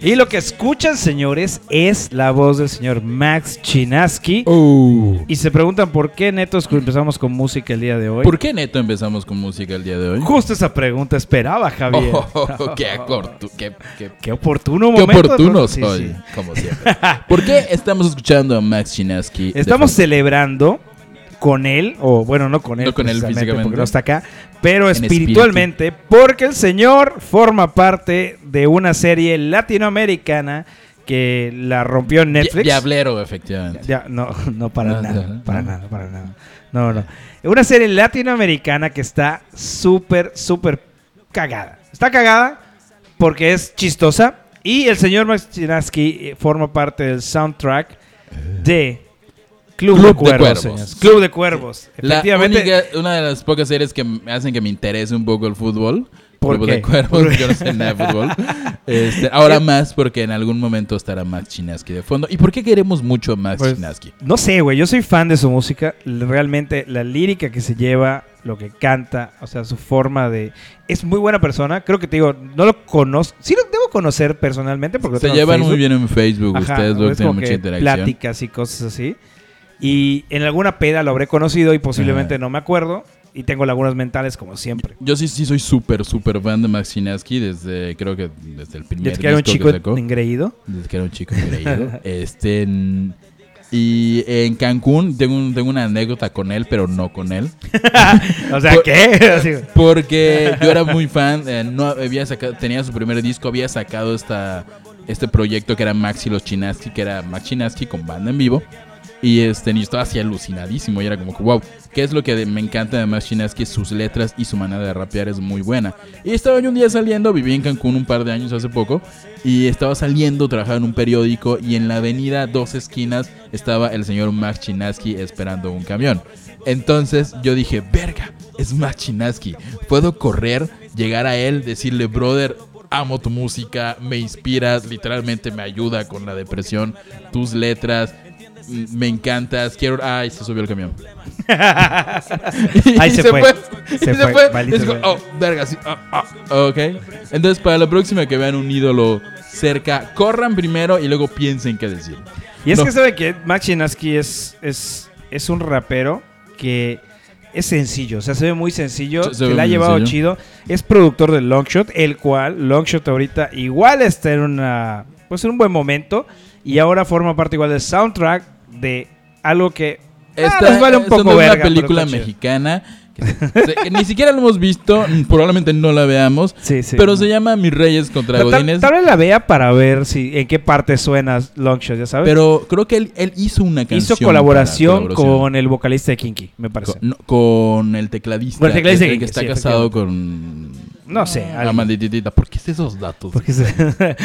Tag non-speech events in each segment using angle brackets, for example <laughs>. Y lo que escuchan, señores, es la voz del señor Max Chinaski. Uh. Y se preguntan por qué netos empezamos con música el día de hoy. ¿Por qué neto empezamos con música el día de hoy? Justo esa pregunta esperaba, Javier. <laughs> Oh, qué, acortu- qué- qué- Qué oportuno qué momento. oportuno Sí, soy, sí. como siempre. ¿Por qué estamos escuchando a Max Chinaski? de Estamos fondo? celebrando con él, o bueno, no con él, No con él precisamente, físicamente. porque no está acá, pero espíritu. espiritualmente, porque el señor forma parte de una serie latinoamericana que la rompió en Netflix. Di- Diablero, efectivamente. Ya, no, <laughs> no para No, nada, no, para no. nada, para nada. No, no. Una serie latinoamericana que está súper, súper cagada. Está cagada porque es chistosa y el señor Max Chinaski forma parte del soundtrack de Club, Eh. Club de de Cuervos, Cuervos. señores. Club de Cuervos. La Efectivamente, única- una de las pocas series que me hacen que me interese un poco el fútbol. ¿Por Club qué? Eh, de <laughs> cuervos, yo no sé nada de fútbol. Este, ahora más porque en algún momento estará Max Chinaski de fondo. ¿Y por qué queremos mucho a Max Pues, Chinaski? no sé, güey, yo soy fan de su música. L- Realmente la lírica que se lleva, lo que canta, o sea, su forma de... Es muy buena persona. Creo que te digo, no lo conozco. Sí lo debo conocer personalmente porque... lo Se tengo en llevan muy Facebook. bien en Facebook, Ajá, ustedes güey, dos es como tienen mucha que interacción. Pláticas y cosas así. Y en alguna peda lo habré conocido y posiblemente Ajá. no me acuerdo. Y tengo lagunas mentales como siempre. Yo sí, sí soy súper, súper fan de Max Chinaski desde, creo que desde el primer Desde que era un disco chico que sacó. engreído. Desde que era un chico engreído. <laughs> este, en- y en Cancún tengo, un- tengo una anécdota con él, pero no con él. O sea, Por- ¿qué? <laughs> Así, Porque yo era muy fan, eh, no había sacado, tenía su primer disco, había sacado esta, este proyecto que era Max y los Chinaski, que era Max Chinaski con banda en vivo. Y este, yo estaba así alucinadísimo y era como que, wow, ¿qué es lo que de- me encanta de Max Chinaski? Sus letras y su manera de rapear es muy buena. Y estaba yo un día saliendo, viví en Cancún un par de años hace poco, y estaba saliendo, trabajaba en un periódico, y en la avenida Dos Esquinas estaba el señor Max Chinaski esperando un camión. Entonces yo dije, verga, es Max Chinaski. Puedo correr, llegar a él, decirle, brother, amo tu música, me inspiras, literalmente me ayuda con la depresión, tus letras, mm, me encantas, quiero... Ay, se subió el camión. Ahí Y se fue. Y Se Se, fue, fue. maldito Y es como, sea. oh, verga, sí. ah, ah, ok. Entonces, para la próxima que vean un ídolo cerca, corran primero y luego piensen qué decir. Y es No. que sabe que Max Chinaski es, es, es un rapero que es sencillo, o sea, se ve muy sencillo, Se- se que ve la ha muy llevado sencillo. chido. Es productor de Longshot, el cual Longshot ahorita igual está en una pues en un buen momento y ahora forma parte igual del soundtrack de algo que ah, Esta nos vale un esta poco no es verga, una pero película está chido. mexicana. que se- que ni siquiera la hemos visto, mm, probablemente no la veamos. Sí, sí. pero se llama Mis Reyes contra Pero tal, Godines. tal vez la vea para ver si en qué parte suena Longshot, ya sabes. Pero creo que él, él hizo una canción. Hizo para- colaboración, colaboración. con el vocalista de Kinky, me parece. Con- no, con el tecladista. Con el tecladista que, que- que está sí, casado con. No sé, alguien. Amandititita. ¿Por qué esos datos? Porque se-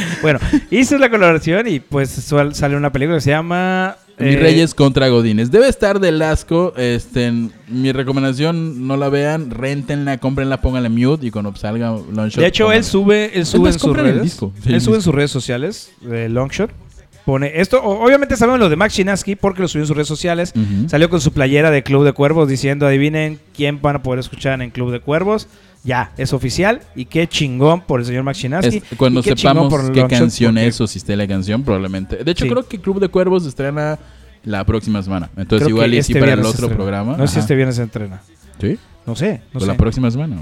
<laughs> bueno, hizo la colaboración y pues suel- sale una película que se llama... Mi eh, Reyes contra Godines. Debe estar del asco. Este, en- mi recomendación, no la vean, rentenla, cómprenla, pónganla en mute y cuando salga Longshot. De hecho, él sube, él sube más, en sus compren el redes. disco. Sí, él el sube en disco. sus redes sociales, de Longshot. Pone esto, o- obviamente sabemos lo de Max Chinaski porque lo subió en sus redes sociales. Ujú. Salió con su playera de Club de Cuervos diciendo, adivinen quién van a poder escuchar en Club de Cuervos. Ya, es oficial. Y qué chingón por el señor Max Chinaski. Es- cuando y qué chingón sepamos por qué Longshot, canción porque es o si está la canción, probablemente. De hecho, Sí. creo que Club de Cuervos estrena la próxima semana. Entonces, creo igual que y este sí para el viernes se otro estrena. programa. No sé si Ajá. este viernes se entrena. Sí, No sé, no o sé. la próxima semana.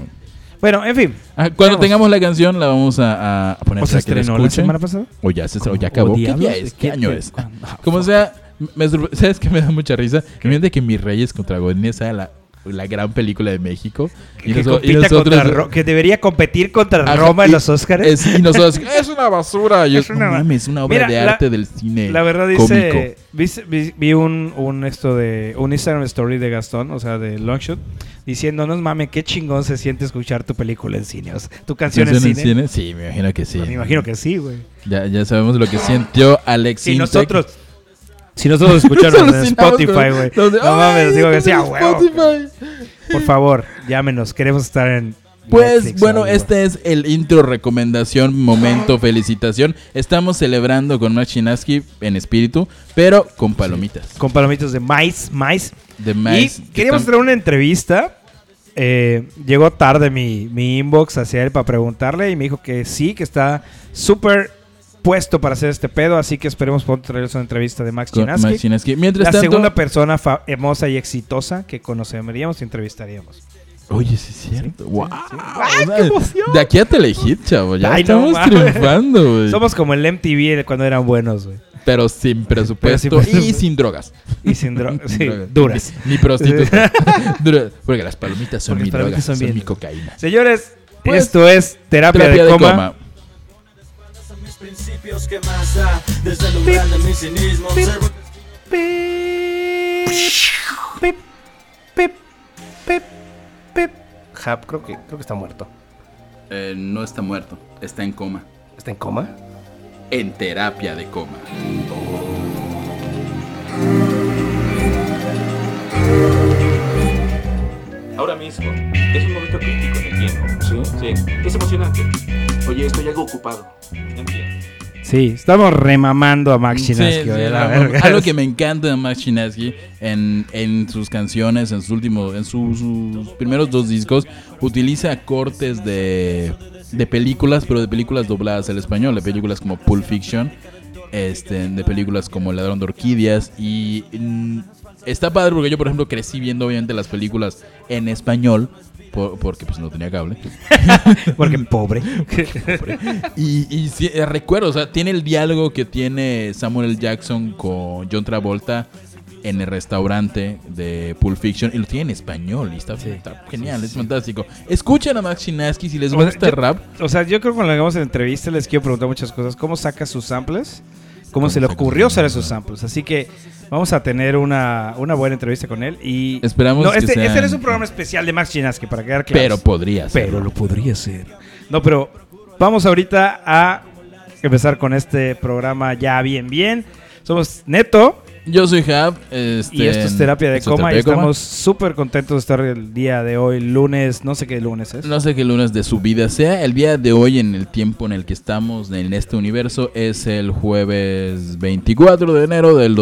Bueno, en fin. Ah, cuando Veamos. tengamos la canción, la vamos a, a poner ¿O se para que la estrenó la escuchen. semana pasada? O ya se estrenó, ya acabó. ¿O ¿Qué día diablos? es? ¿Qué- ¿Qué año qué- es? cuándo? Ah, Como sea, me sorpre- ¿sabes qué <laughs> me da mucha risa? Que me que Mis Reyes contra Godines sea la, la gran película de México. Y, que, noso- y compita contra nosotros- Ro- que debería competir contra Ajá, Roma en Ah, y- los Oscars. es- <laughs> y nosotros, es una basura. Y Es es, una, una- mames, una obra Mira, de la- arte del cine. la verdad eh, cómico. dice, ¿viste- vi, vi un, un esto de un Instagram story de Gastón, o sea, de Longshot, diciendo, no mames, qué chingón se siente escuchar tu película en cine, o sea, tu canción en ¿Canción cine. en cine? Sí, me imagino que sí. Me imagino que sí, güey. Ya, ya sabemos lo que sintió Alex Si Sintek. <laughs> nosotros si nosotros escuchamos en Alucinamos con- Spotify, güey. donde- No mames, ¡Ay, digo que estás sí, en a huevo. Spotify! Por favor, llámenos, queremos estar en Pues Netflix, bueno, algo. este es el intro, recomendación, momento, felicitación. Estamos celebrando con Machinaski en espíritu, pero con palomitas. Con palomitos de maíz, maíz. De maíz. y queríamos Están- traer una entrevista. Eh, llegó tarde mi, mi inbox hacia él para preguntarle y me dijo que sí, que está súper puesto para hacer este pedo, así que esperemos pronto traerles una entrevista de Max con Chinaski. Machinaski. Mientras La tanto. segunda persona fa- hermosa y exitosa que conoceríamos y entrevistaríamos. Oye, sí es cierto. ¡Wow! ¡Ay, qué emoción! De aquí a Telehit, chavo. Ya Ay, no estamos mames. triunfando, güey. Somos como el MTV cuando eran buenos, güey. Pero sin presupuesto Pero sin y presupuesto. sin drogas. Y sin <laughs> drogas. sí, drogas. duras. Ni, ni prostitutas. <laughs> Dura- Porque las palomitas son Porque mi las droga, palomitas son son, bien. mi cocaína. Señores, Pues, esto es terapia, de, coma. a mis principios que más da desde el umbral de mi cinismo observo Pip, pip, pip, pip, pip. Hap, creo que, creo que está muerto. Eh, no está muerto, está en coma. ¿Está en coma? En terapia de coma. Ahora mismo es un momento crítico en el tiempo. Sí. Sí. Es emocionante. Oye, estoy algo ocupado. Entiendo. Sí, estamos remamando a Max Sí, Chinaski. sí, oye, la no, verga. algo que me encanta de Max Chinaski en, en sus canciones, en sus últimos, en su- sus primeros dos discos, utiliza cortes de, de películas, pero de películas dobladas al español, de películas como Pulp Fiction, este, de películas como El Ladrón de Orquídeas y mm, está padre porque yo por ejemplo crecí viendo obviamente las películas en español. por- Porque pues no tenía cable. <laughs> Porque pobre. Y, y sí, eh, recuerdo, o sea, tiene el diálogo que tiene Samuel L. Jackson con John Travolta en el restaurante de Pulp Fiction y lo tiene en español y está, está genial, es fantástico. Escuchen a Max Chinaski si les O sea, gusta este yo- rap. O sea, yo creo que cuando hagamos la entrevista les quiero preguntar muchas cosas. ¿Cómo saca sus samples? ¿Cómo, ¿Cómo se le saca ocurrió sus hacer samples? esos samples? Así que vamos a tener una, una buena entrevista con él. Y Esperamos No, que este, este sean- es un programa especial de Max Chinaski, para quedar claro. Pero podría ser. Pero lo podría ser. No, pero vamos ahorita a empezar con este programa ya bien, bien. Somos Neto Yo soy Hab. Este, y esto es Terapia de esto es Coma y Terapia de Coma. estamos súper contentos de estar el día de hoy, lunes, no sé qué lunes es. No sé qué lunes de su vida sea. El día de hoy, en el tiempo en el que estamos, en este universo, es el jueves 24 de enero del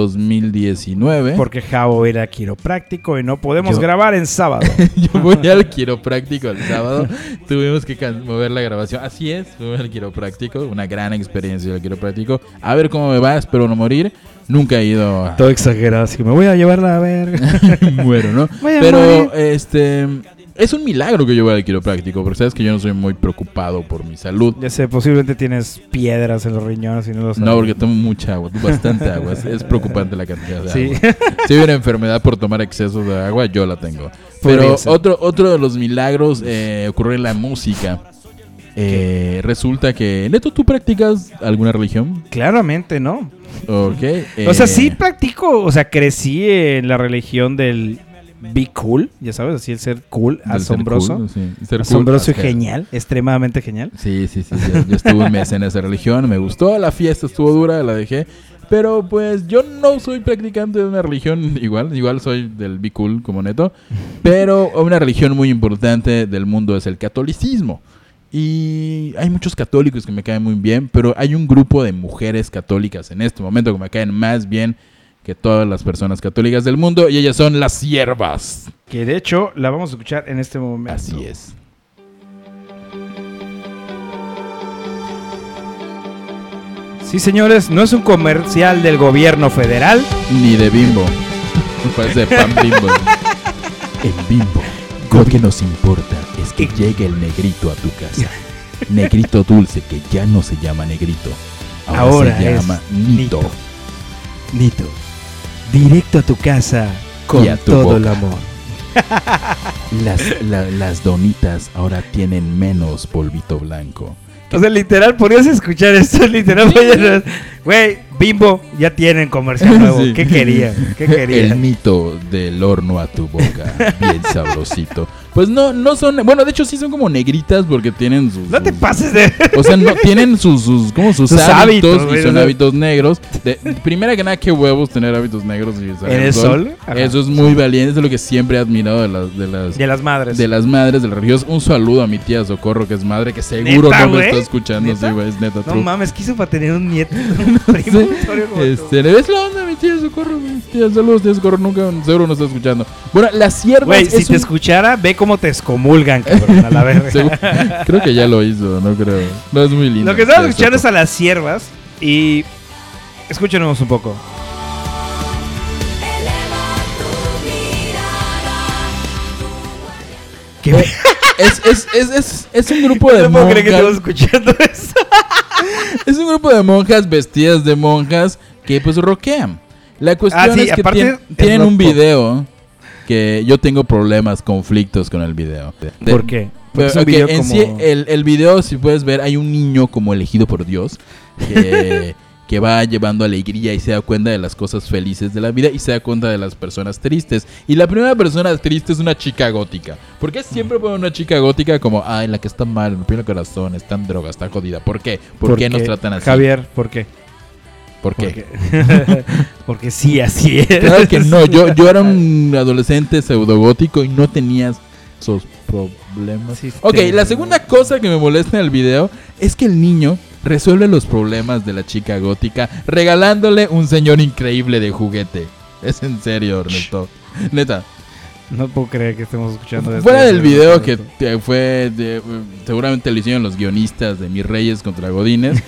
2019. Porque Javo era quiropráctico y no podemos Yo- grabar en sábado. <laughs> Yo voy al quiropráctico el sábado. Tuvimos que can- mover la grabación. Así es, fuimos al quiropráctico. Una gran experiencia el quiropráctico. A ver cómo me va, espero no morir. Nunca he ido <laughs> a... Todo exagerado, así que me voy a llevarla a verga. <laughs> Muero, ¿no? Voy a Pero, morir. este... Es un milagro que yo vaya al quiropráctico, porque sabes que yo no soy muy preocupado por mi salud. Ya sé, posiblemente tienes piedras en los riñones y no lo sabes. No, porque tomo mucha agua, <laughs> bastante agua. Es- Es preocupante la cantidad de Sí. agua. Si hay una enfermedad por tomar exceso de agua, yo la tengo. Podría Pero ser. otro, otro de los milagros eh, ocurre en la música. Eh, resulta que, Neto, ¿tú practicas alguna religión? Claramente no. Ok. O sea, eh, sí practico, o sea, crecí en la religión del be cool, ya sabes, así el ser cool, del ser asombroso, cool, sí, ser cool, asombroso y ajá. genial, extremadamente genial. Sí, sí, sí. Yo, yo estuve un mes en esa religión, me gustó, la fiesta estuvo dura, la dejé. Pero pues yo no soy practicante de una religión igual, igual soy del Be Cool como neto. Pero una religión muy importante del mundo es el catolicismo. Y hay muchos católicos que me caen muy bien, pero hay un grupo de mujeres católicas en este momento que me caen más bien que todas las personas católicas del mundo y ellas son las siervas. Que de hecho la vamos a escuchar en este momento. Así es. Sí, señores, no es un comercial del gobierno federal. Ni de bimbo. Parece de pan bimbo. En bimbo, lo que nos importa es que llegue el negrito a tu casa. Negrito dulce que ya no se llama negrito. Ahora, Ahora se es llama Nito. Nito. Nito, directo a tu casa con Y a tu todo boca. el amor. Las, la- las donitas ahora tienen menos polvito blanco. O sea, literal, podrías escuchar esto, <laughs> literal. podrías- Güey, bimbo, ya tienen <laughs> comercial nuevo. Sí. <laughs> ¿Qué querían? ¿Qué querían? El mito del horno a tu boca, bien sabrosito. Pues no, no son. Bueno, de hecho sí son como negritas porque tienen sus. No te sus- pases <laughs> de. O sea, no, tienen sus, sus, como sus, Sus hábitos, hábitos, güey, y son o sea. hábitos negros. De, primera que nada, qué huevos tener hábitos negros y salir ¿En al el sol? Ajá. Eso es muy valiente, eso es lo que siempre he admirado de las, de las, De las madres. de las madres de la religión. Un saludo a mi tía Socorro, que es madre, que seguro ¿Neta, no me güey? está escuchando. ¿Neta? sí, güey, es neta, no true. mames, quiso para tener un <laughs> nieto. Un primo, Sí. un historia como tú. Este, ¿le ves la onda, a mi tía Socorro? güey? Tía, saludos, tía Socorro, nunca, seguro no está escuchando. Bueno, las siervas Güey, es si te un- escuchara, ve cómo te excomulgan, cabrón, a la verga. <laughs> Seguro- creo que ya lo hizo, no creo. No es muy lindo. Lo que estamos Tía escuchando es Socorro. a las siervas y escúchenos un poco. <laughs> <laughs> ¿Qué? es, es, es, es, es un grupo de No puedo creer que estamos monjas. escuchando eso. Es un grupo de monjas vestidas de monjas que pues roquean. La cuestión Ah, sí, es que aparte tien- es tienen un rock pop. video que yo tengo problemas, conflictos con el video. De- ¿Por qué? Pero, Porque es un ok, video en como... sí, eh, el, el video, si puedes ver, hay un niño como elegido por Dios <laughs> que, que va llevando alegría y se da cuenta de las cosas felices de la vida y se da cuenta de las personas tristes. Y la primera persona triste es una chica gótica. ¿Por qué siempre ponen una chica gótica como, ay, la que está mal, me el corazón, está en droga, está jodida? ¿Por qué? ¿Por, qué nos tratan así? Javier, ¿por qué? ¿Por Porque, qué? <laughs> porque sí, así es. <laughs> Claro que no, yo, yo era un adolescente pseudogótico y no tenías esos problemas. <laughs> Sí, ok, te- la segunda cosa que me molesta en el video es que el niño resuelve los problemas de la chica gótica regalándole un señor increíble de juguete. Es en serio, Ernesto. Neta, No puedo creer que estemos escuchando esto. fuera del video que te- fue, de- seguramente lo hicieron los guionistas de Mis Reyes contra <laughs> Godines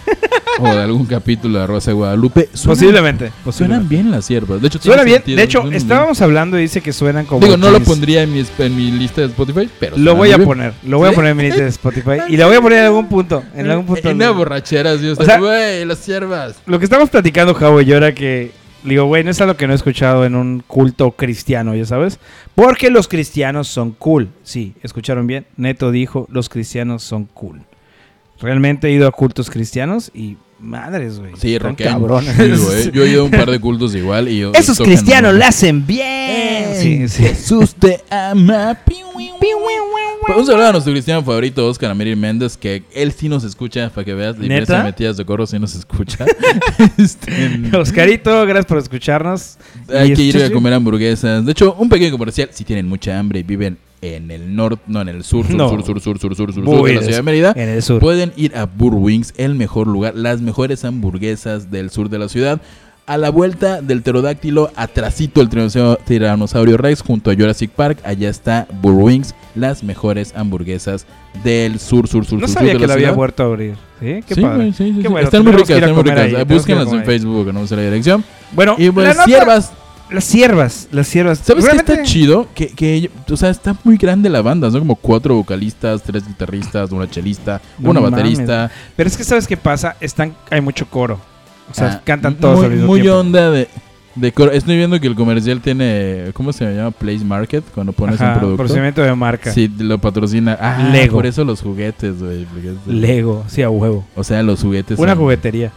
o de algún capítulo de Rosa de Guadalupe, suenan, Posiblemente. suenan posiblemente. bien las siervas. De hecho, tiene Suena bien. sentido, De hecho, suenan bien. estábamos hablando y dice que suenan como. Digo, no lo jeans. pondría en mi, en mi lista de Spotify, pero. Lo voy a ¿Sí? poner. Lo voy a ¿Sí? Eh, poner en mi lista de Spotify. Y lo voy a poner en algún punto. En algún punto. En una borrachera, sí, sea- usted, güey, las siervas. Lo que estamos platicando, Javo y yo, era que. Digo, güey, no es algo que no he escuchado en un culto cristiano, ya sabes. Porque los cristianos son cool. Sí, escucharon bien. Neto dijo: los cristianos son cool. Realmente he ido a cultos cristianos y madres, güey. Sí, están roquean cabrones. chido, eh. Yo he ido a un par de cultos igual y. <laughs> Esos tocan cristianos muy- Eh, la hacen bien. Sí, sí. Jesús te ama. Piu, piu, piu. Un saludo a nuestro cristiano favorito, Oscar Amiri Méndez, que él sí nos escucha, para que veas. La ¿Neta? iglesia metidas de corro sí nos <laughs> escucha. Este, Oscarito, gracias por escucharnos. Hay Y que ir a escuchaste- comer hamburguesas. De hecho, un pequeño comercial. Si tienen mucha hambre y viven en el norte, no, en el sur, sur, No. sur, sur, sur, sur, sur, sur, Muy sur de la des- ciudad de Mérida, En el sur. pueden ir a Burwings, el mejor lugar, las mejores hamburguesas del sur de la ciudad. A la vuelta del pterodáctilo, atrasito el tiranosau- tiranosaurio Rex junto a Jurassic Park, allá está Burwings, las mejores hamburguesas del sur, sur, sur, no sur, sur sabía de que la la había ciudad. vuelto a abrir. Sí, qué Sí, padre. güey, sí, sí, Qué sí. bueno, Están muy tenemos que ricas, ir a están muy comer ricas. ahí, tenemos que ir a Búsquenlas en comer ahí. Facebook, no sé la dirección. Bueno, Y bueno, la nota- siervas, las siervas. Las siervas. ¿Sabes qué está Realmente- chido? Que, que, ello- o sea, está muy grande la banda. Son como cuatro vocalistas, tres guitarristas, una chelista, No una mames. baterista. Pero es que, ¿sabes qué pasa? Están, hay mucho coro. O sea, Ah, cantan todos Muy, al mismo muy tiempo. onda de, de coro. Estoy viendo que el comercial tiene, ¿cómo se llama? Place Market, cuando pones Ajá, un producto. procedimiento de marca. Sí, lo patrocina. Ah, Lego. por eso los juguetes, güey. porque es- Lego, sí, a huevo. O sea, los juguetes. Una son- juguetería.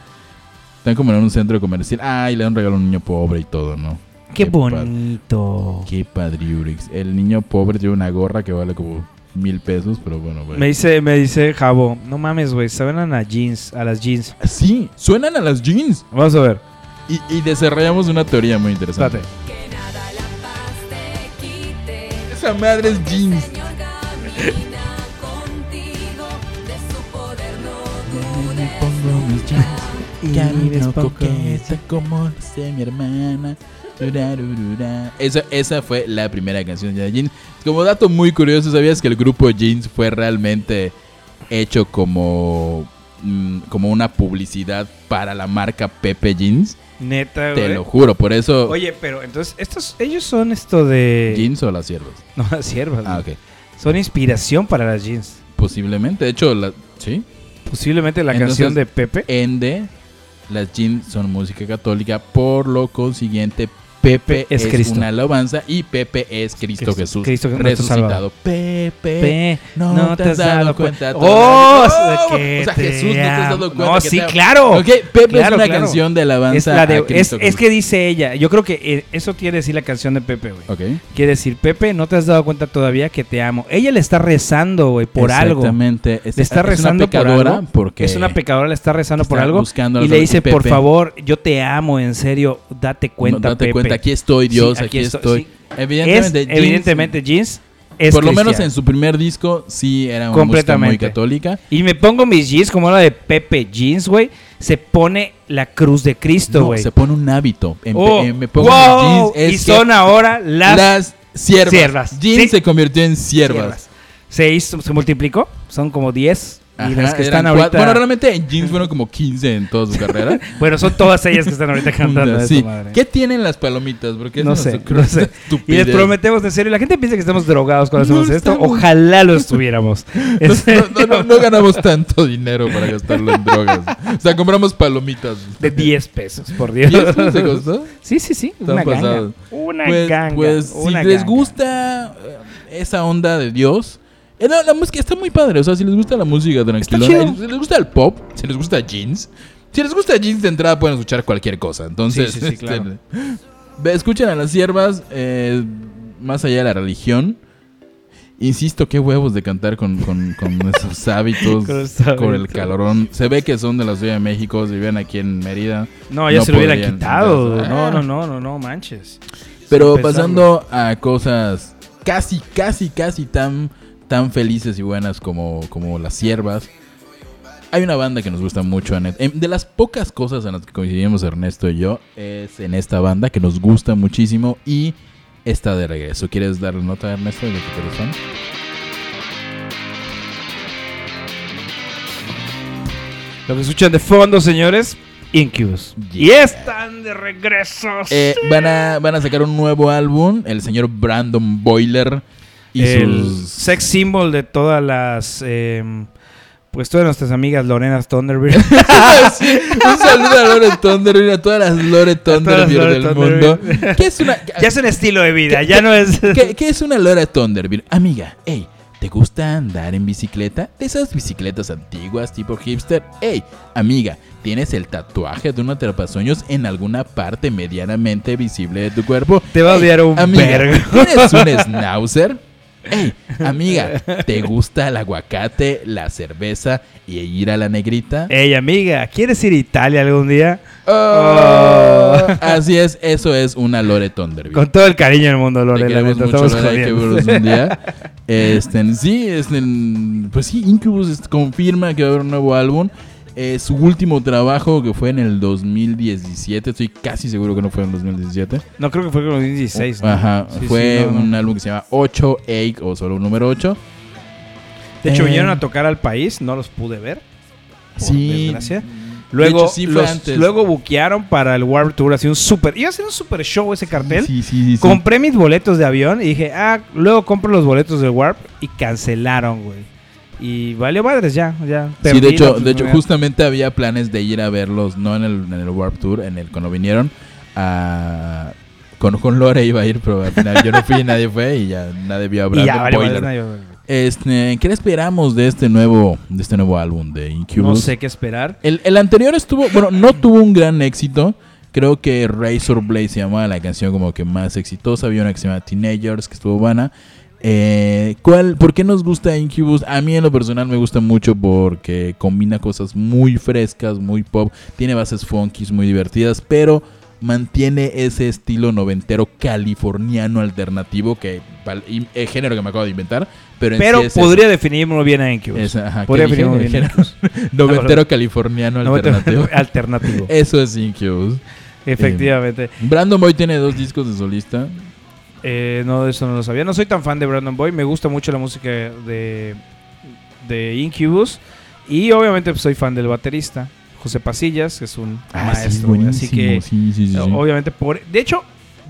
Están como en un centro comercial. Ay, le dan regalo a un niño pobre y todo, ¿no? Qué pad- bonito. Qué padriurix. El niño pobre tiene una gorra que vale como mil pesos, pero bueno, güey. Me dice, me dice Jabo, no mames, güey, saben a las jeans, a las jeans. Sí, suenan a las jeans. Vamos a ver, Y, y desarrollamos una teoría muy interesante. espérate. Que nada la paz te quite. Esa madre es jeans. Señor camina contigo, de su poder no dudes. Pongo mis jeans. les Camino pongo coqueta como dice mi hermana. Turarurura. Esa, esa fue la primera canción de Jeans. Como dato muy curioso, ¿sabías que el grupo Jeans fue realmente hecho como, mm, como una publicidad para la marca Pepe Jeans? Neta, Te güey. lo juro, por eso ¿eh? Oye, pero entonces, estos, ellos son esto de. Oh. Jeans o las siervas. <laughs> No, las siervas. Ah, güey. ok. Son inspiración para las jeans. Posiblemente, de hecho, la, sí. Posiblemente la Entonces- eh, canción de Pepe. Ende, las jeans son música católica, por lo consiguiente Pepe Es es, Cristo. una alabanza y Pepe es Cristo, Cristo- Jesús Cristo nuestro resucitado. Salvador. Pepe, Pe- no, te has dado cuenta. ¡Oh! todavía. que o sea, te Jesús no te has amo. dado cuenta. No, que sí, te ama. claro. Ok, ah, Pepe es Claro, una claro. canción de Es, alabanza la de- a es, Cristo es que dice ella. Yo creo que eh, eso quiere decir la canción de Pepe, güey. Ok. Quiere decir, Pepe, no te has dado cuenta todavía que te amo. Ella le está rezando, güey, por algo. Exactamente. Es, Le está es una rezando por pecadora algo. porque Es una pecadora, le está rezando está por algo. buscando Y algo le de dice, Pepe. por favor, yo te amo, en serio, date cuenta, No, date Pepe. cuenta, aquí estoy, Dios, Sí, aquí, aquí estoy. estoy, Es- Evidentemente, Jeans- evidentemente, jeans es por lo menos cristiano. en su primer disco, sí era una música muy Completamente. católica. Y me pongo mis jeans como la de Pepe Jeans, güey. Se pone la cruz de Cristo, No, güey. se pone un hábito. en- Oh, en- me pongo wow, mis jeans, y es que son ahora las, las, siervas. siervas, Jeans ¿sí? se convirtió en siervas. siervas. Se, hizo, se multiplicó, son como 10. Ajá, y las que eran están cuatro- ahorita. Bueno, realmente en Jeans fueron como 15 en toda su carrera. Bueno, son todas ellas que están <laughs> ahorita <laughs> cantando. Sí. eso, madre. ¿Qué tienen las palomitas? Porque No es una sé, cru- no sé. Y estupidez. les prometemos en serio. La gente piensa que estamos drogados cuando No hacemos esto. estamos. Ojalá lo estuviéramos. En <laughs> No, <laughs> serio. no, no, no ganamos tanto dinero para gastarlo en drogas. O sea, compramos palomitas. De 10 pesos, por Dios. ¿10 pesos te costó? Sí, sí, sí. Están Una ganga. pasados. Una pues, ganga. pues, una si les ganga. gusta eh, esa onda de Dios. eh, no, la música está muy padre. O sea, si les gusta la música tranquila, eh, chido. si les gusta el pop, si les gusta jeans, si les gusta jeans de entrada pueden escuchar cualquier cosa. Entonces, Sí, sí, sí, este, claro. ve, escuchen a las siervas, eh, más allá de la religión. Insisto, qué huevos de cantar con, con, <laughs> con esos hábitos, Con los con el hábitos. calorón. Se ve que son de la Ciudad de México, si viven aquí en Mérida. No, ya No se lo hubiera podrían, quitado. entonces, no, ah. no, no, no, no, manches. Pero Sin pensarlo. pasando a cosas casi, casi, casi tan, tan felices y buenas como, como las siervas. Hay una banda que nos gusta mucho, Anet. Em, De las pocas cosas en las que coincidimos Ernesto y yo, es en esta banda que nos gusta muchísimo y está de regreso. ¿Quieres darle nota, Ernesto, de lo que te gustan? Lo que escuchan de fondo, señores, Incubus. Y Yeah. están de regreso. Eh, van, a, van a sacar un nuevo álbum, el señor Brandon Boiler y el sus... sex symbol de todas las. em, pues todas nuestras amigas Lorenas Thunderbird. <laughs> Un saludo a Lore Thunderbird, a todas las Lore Thunderbird Lore del mundo. Thunderbird. <laughs> ¿Qué es una, ya es un estilo de vida, ya no es. ¿qué, qué es una Lore Thunderbird? Amiga, hey, ¿te gusta andar en bicicleta? De esas bicicletas antiguas tipo hipster. Hey, amiga, ¿tienes el tatuaje de un atrapasueños en alguna parte medianamente visible de tu cuerpo? Te va a Ey, odiar un amiga, vergo. <laughs> ¿Tienes un schnauzer? Hey, amiga, ¿te gusta el aguacate, la cerveza y ir a la <laughs> negrita? Ey, amiga, ¿quieres ir a Italia algún día? Oh. Así es, eso es una Lore Thunderbird. Con todo el cariño del mundo, Te Lore. la queremos neta, mucho, estamos Lore, hay que jodiendo. vernos un día. Este, sí, este, pues sí, Incubus este, confirma que va a haber un nuevo álbum. Eh, su último trabajo que fue en el 2017, estoy casi seguro que no fue en el 2017. <laughs> No, creo que fue con los 16. ¿no? Ajá, Sí, fue sí, no, no. un álbum que se llama 8, 8 o solo un número 8. De hecho, Eh. vinieron a tocar al país, no los pude ver. por Sí, desgracia. De Luego, hecho, sí fue los- antes. luego buquearon para el Warped Tour, así un super... Iba a ser un super show ese cartel. Sí, sí, sí, sí. Compré mis boletos de avión y dije, ah, luego compro los boletos del Warp y cancelaron, güey. Y valió madres, ya, ya. Sí, perdí de la hecho, de hecho, oportunidad. justamente había planes de ir a verlos, no en el, en el Warp Tour, en el cuando vinieron a- Con, con Lore iba a ir, pero al final yo no fui, <laughs> nadie fue y ya nadie vio hablar Y ya, de valió madres, Boiler. nadie- Este, ¿Qué esperamos de este nuevo, de este nuevo álbum de Incubus? No sé qué esperar. El, el anterior estuvo, bueno, no tuvo un gran éxito. Creo que Razor Blade se llamaba la canción como que más exitosa. Había una que se llama Teenagers, que estuvo buena. Eh, ¿cuál, ¿Por qué nos gusta Incubus? A mí en lo personal me gusta mucho porque combina cosas muy frescas, muy pop. Tiene bases funkies muy divertidas, pero mantiene ese estilo noventero californiano alternativo que pal- y- eh, género que me acabo de inventar. Pero, en Pero sí es podría definirlo bien a Incubus. Es- ajá, ¿qué podría dije? definirlo bien a Género- Incubus. <laughs> <laughs> noventero californiano No, alternativo. alternativo. <laughs> Eso es Incubus. Efectivamente. Brandon Boy tiene dos discos de solista. Eh, no, de eso no lo sabía. No soy tan fan de Brandon Boy. Me gusta mucho la música de, de Incubus. Y obviamente pues, soy fan del baterista, José Pasillas, que es un maestro. güey. Así que, Ah, Sí, sí, sí, sí. <laughs> obviamente, por. De hecho,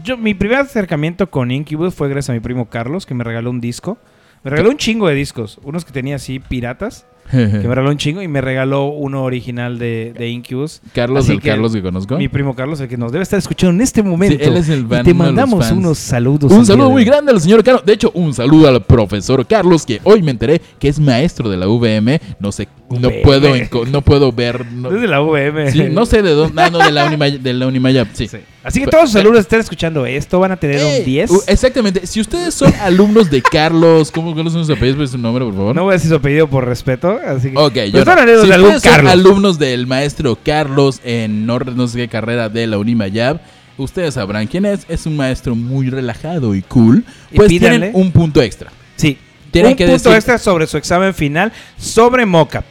yo, mi primer acercamiento con Incubus fue gracias a mi primo Carlos, que me regaló un disco. Me regaló un chingo de discos. Unos que tenía así piratas. Eh. que me regaló un chingo y me regaló uno original de, de Incubus. Carlos, Así el que Carlos que conozco. Mi primo Carlos, el que nos debe estar escuchando en este momento. él es el y fan te número de los mandamos fans. unos saludos. Un al día saludo de muy hoy. grande al señor Carlos. De hecho, un saludo al profesor Carlos, que hoy me enteré que es maestro de la VM. No sé, no VM. puedo, enco- no puedo ver. No, Desde la VM. sí, <laughs> no sé de dónde. Ah, no, de la Unimay, de la Unimayap, sí. Sí. Así que todos los saludos están escuchando esto, van a tener Ey, uh, un 10. u- exactamente. Si ustedes son alumnos de Carlos, ¿cómo cuáles son sus apellidos? Pues, su nombre, por favor. No voy a decir su apellido por respeto, así que... Ok, Pero yo están no. alumnos Si de algún ustedes son Carlos. alumnos del maestro Carlos en no, no sé qué carrera de la Unimayab, ustedes sabrán quién es. Es un maestro muy relajado y cool. Y Pues pídanle. tienen un punto extra. Sí. Tienen un que punto decir- extra sobre su examen final sobre mocap.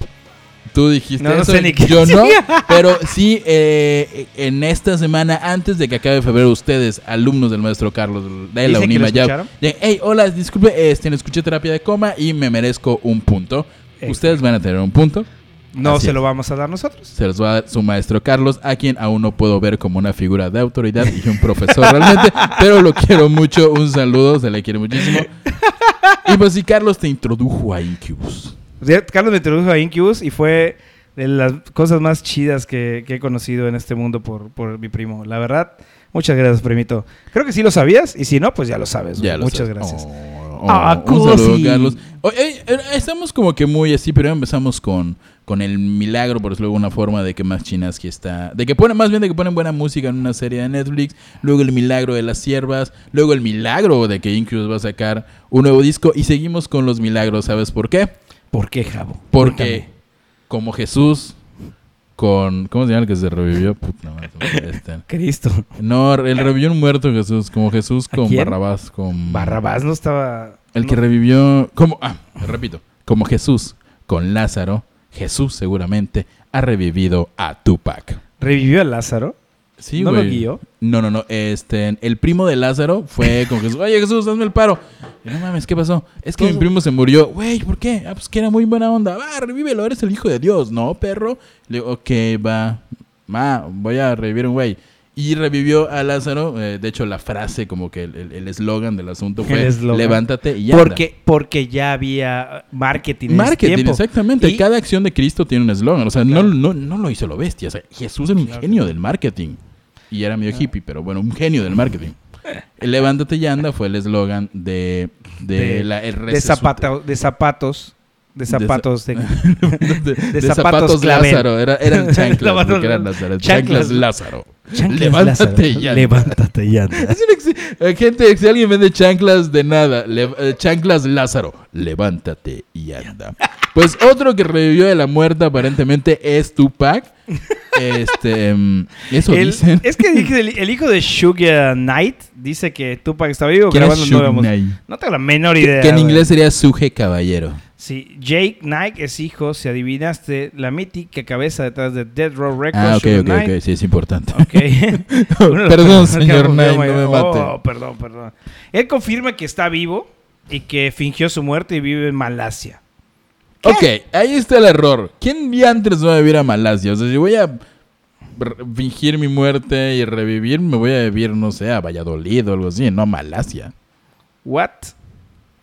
Tú dijiste No, no eso, sé ni qué yo no, decía. <laughs> pero sí eh, en esta semana antes de que acabe febrero ustedes, alumnos del maestro Carlos de la Dicen que lo Unima ya, escucharon. de, hey, hola, disculpe, este, escuché terapia de coma y me merezco un punto. Exacto. Ustedes van a tener un punto. No Así se es. lo vamos a dar nosotros. Se los va a dar su maestro Carlos, a quien aún no puedo ver como una figura de autoridad y un profesor realmente, pero lo quiero mucho, un saludo, se le quiere muchísimo. Y pues sí, Carlos te introdujo a Incubus. O sea, Carlos me introdujo a Incubus y fue de las cosas más chidas que, que he conocido en este mundo por, por mi primo. La verdad, muchas gracias, primito. Creo que sí lo sabías y si no, pues ya lo sabes. Ya güey. lo muchas sé. gracias. Oh, Ah, un saludo, cosi. Carlos. Oye, eh, estamos como que muy así, pero empezamos con, con el milagro, por decirlo de alguna forma, de que Max Chinaski está. De que ponen, más bien de que ponen buena música en una serie de Netflix. Luego el milagro de las siervas. Luego el milagro de que Incubus va a sacar un nuevo disco. Y seguimos con los milagros, ¿sabes por qué? ¿Por qué, Jabo? Porque, como Jesús, con. ¿Cómo se llama el que se revivió? Puta madre, este. Cristo. No, el revivió un muerto Jesús, como Jesús con quién? Barrabás, con Barrabás no estaba... el que revivió, como, ah, repito, como Jesús con Lázaro, Jesús seguramente ha revivido a Tupac. ¿Revivió a Lázaro? Sí, ¿No lo güey. guió? No, no, no. Este, el primo de Lázaro fue con Jesús. Oye, Jesús, hazme el paro. Y, no mames, ¿qué pasó? Es que mi primo se murió. Güey, ¿por qué? Ah, pues que era muy buena onda. Va, revívelo, eres el hijo de Dios, ¿no, perro? Le digo, ok, va. Ma, voy a revivir un güey. Y revivió a Lázaro. Eh, de hecho, la frase, como que el- el el eslogan del asunto El fue: eslogan. levántate y anda. Porque, porque ya había marketing. en ese Marketing, tiempo. exactamente. Y- Ah, Cada acción de Cristo tiene un eslogan. O sea, Claro. no, no, no lo hizo lo bestia. O sea, Jesús era un genio del marketing. Y era Ah. medio hippie, pero bueno, un genio del marketing. El Levántate y anda fue el eslogan de, de, De- la el de, zapata- de zapatos. De za- zapatos. De, <laughs> de, de de zapatos, zapatos clavel. Lázaro. Era, <laughs> eran chanclas, Zapatos porque eran Lázaro. chanclas. Chanclas Lázaro. Chanclas Levántate Lázaro. y anda. Levántate y <laughs> anda. Es un ex- eh, Gente, si alguien vende chanclas de nada, le- eh, chanclas Lázaro, levántate y anda. Pues otro que revivió de la muerte aparentemente es Tupac. Este, mm, eso El- dicen. es que dije el, el hijo de Suga Knight dice que Tupac está vivo ¿Quién es grabando un nuevo Suge mus- Knight? No tengo la menor idea. Que en güey. inglés sería Suje Caballero. Sí, Jake Knight es hijo, si adivinaste, la mítica cabeza detrás de Dead Row Records. Ah, ok, Suge ok, Knight. ok, sí, es importante. <laughs> Ok. <laughs> Uno de los Perdón, personajes que señor más confió, Knight, no me güey. mate. Oh, perdón, perdón. Él confirma que está vivo y que fingió su muerte y vive en Malasia. Ok, ahí está el error. ¿Quién diantres va a vivir a Malasia? O sea, si voy a r- fingir mi muerte y revivir, me voy a vivir, no sé, a Valladolid o algo así, no a Malasia. What?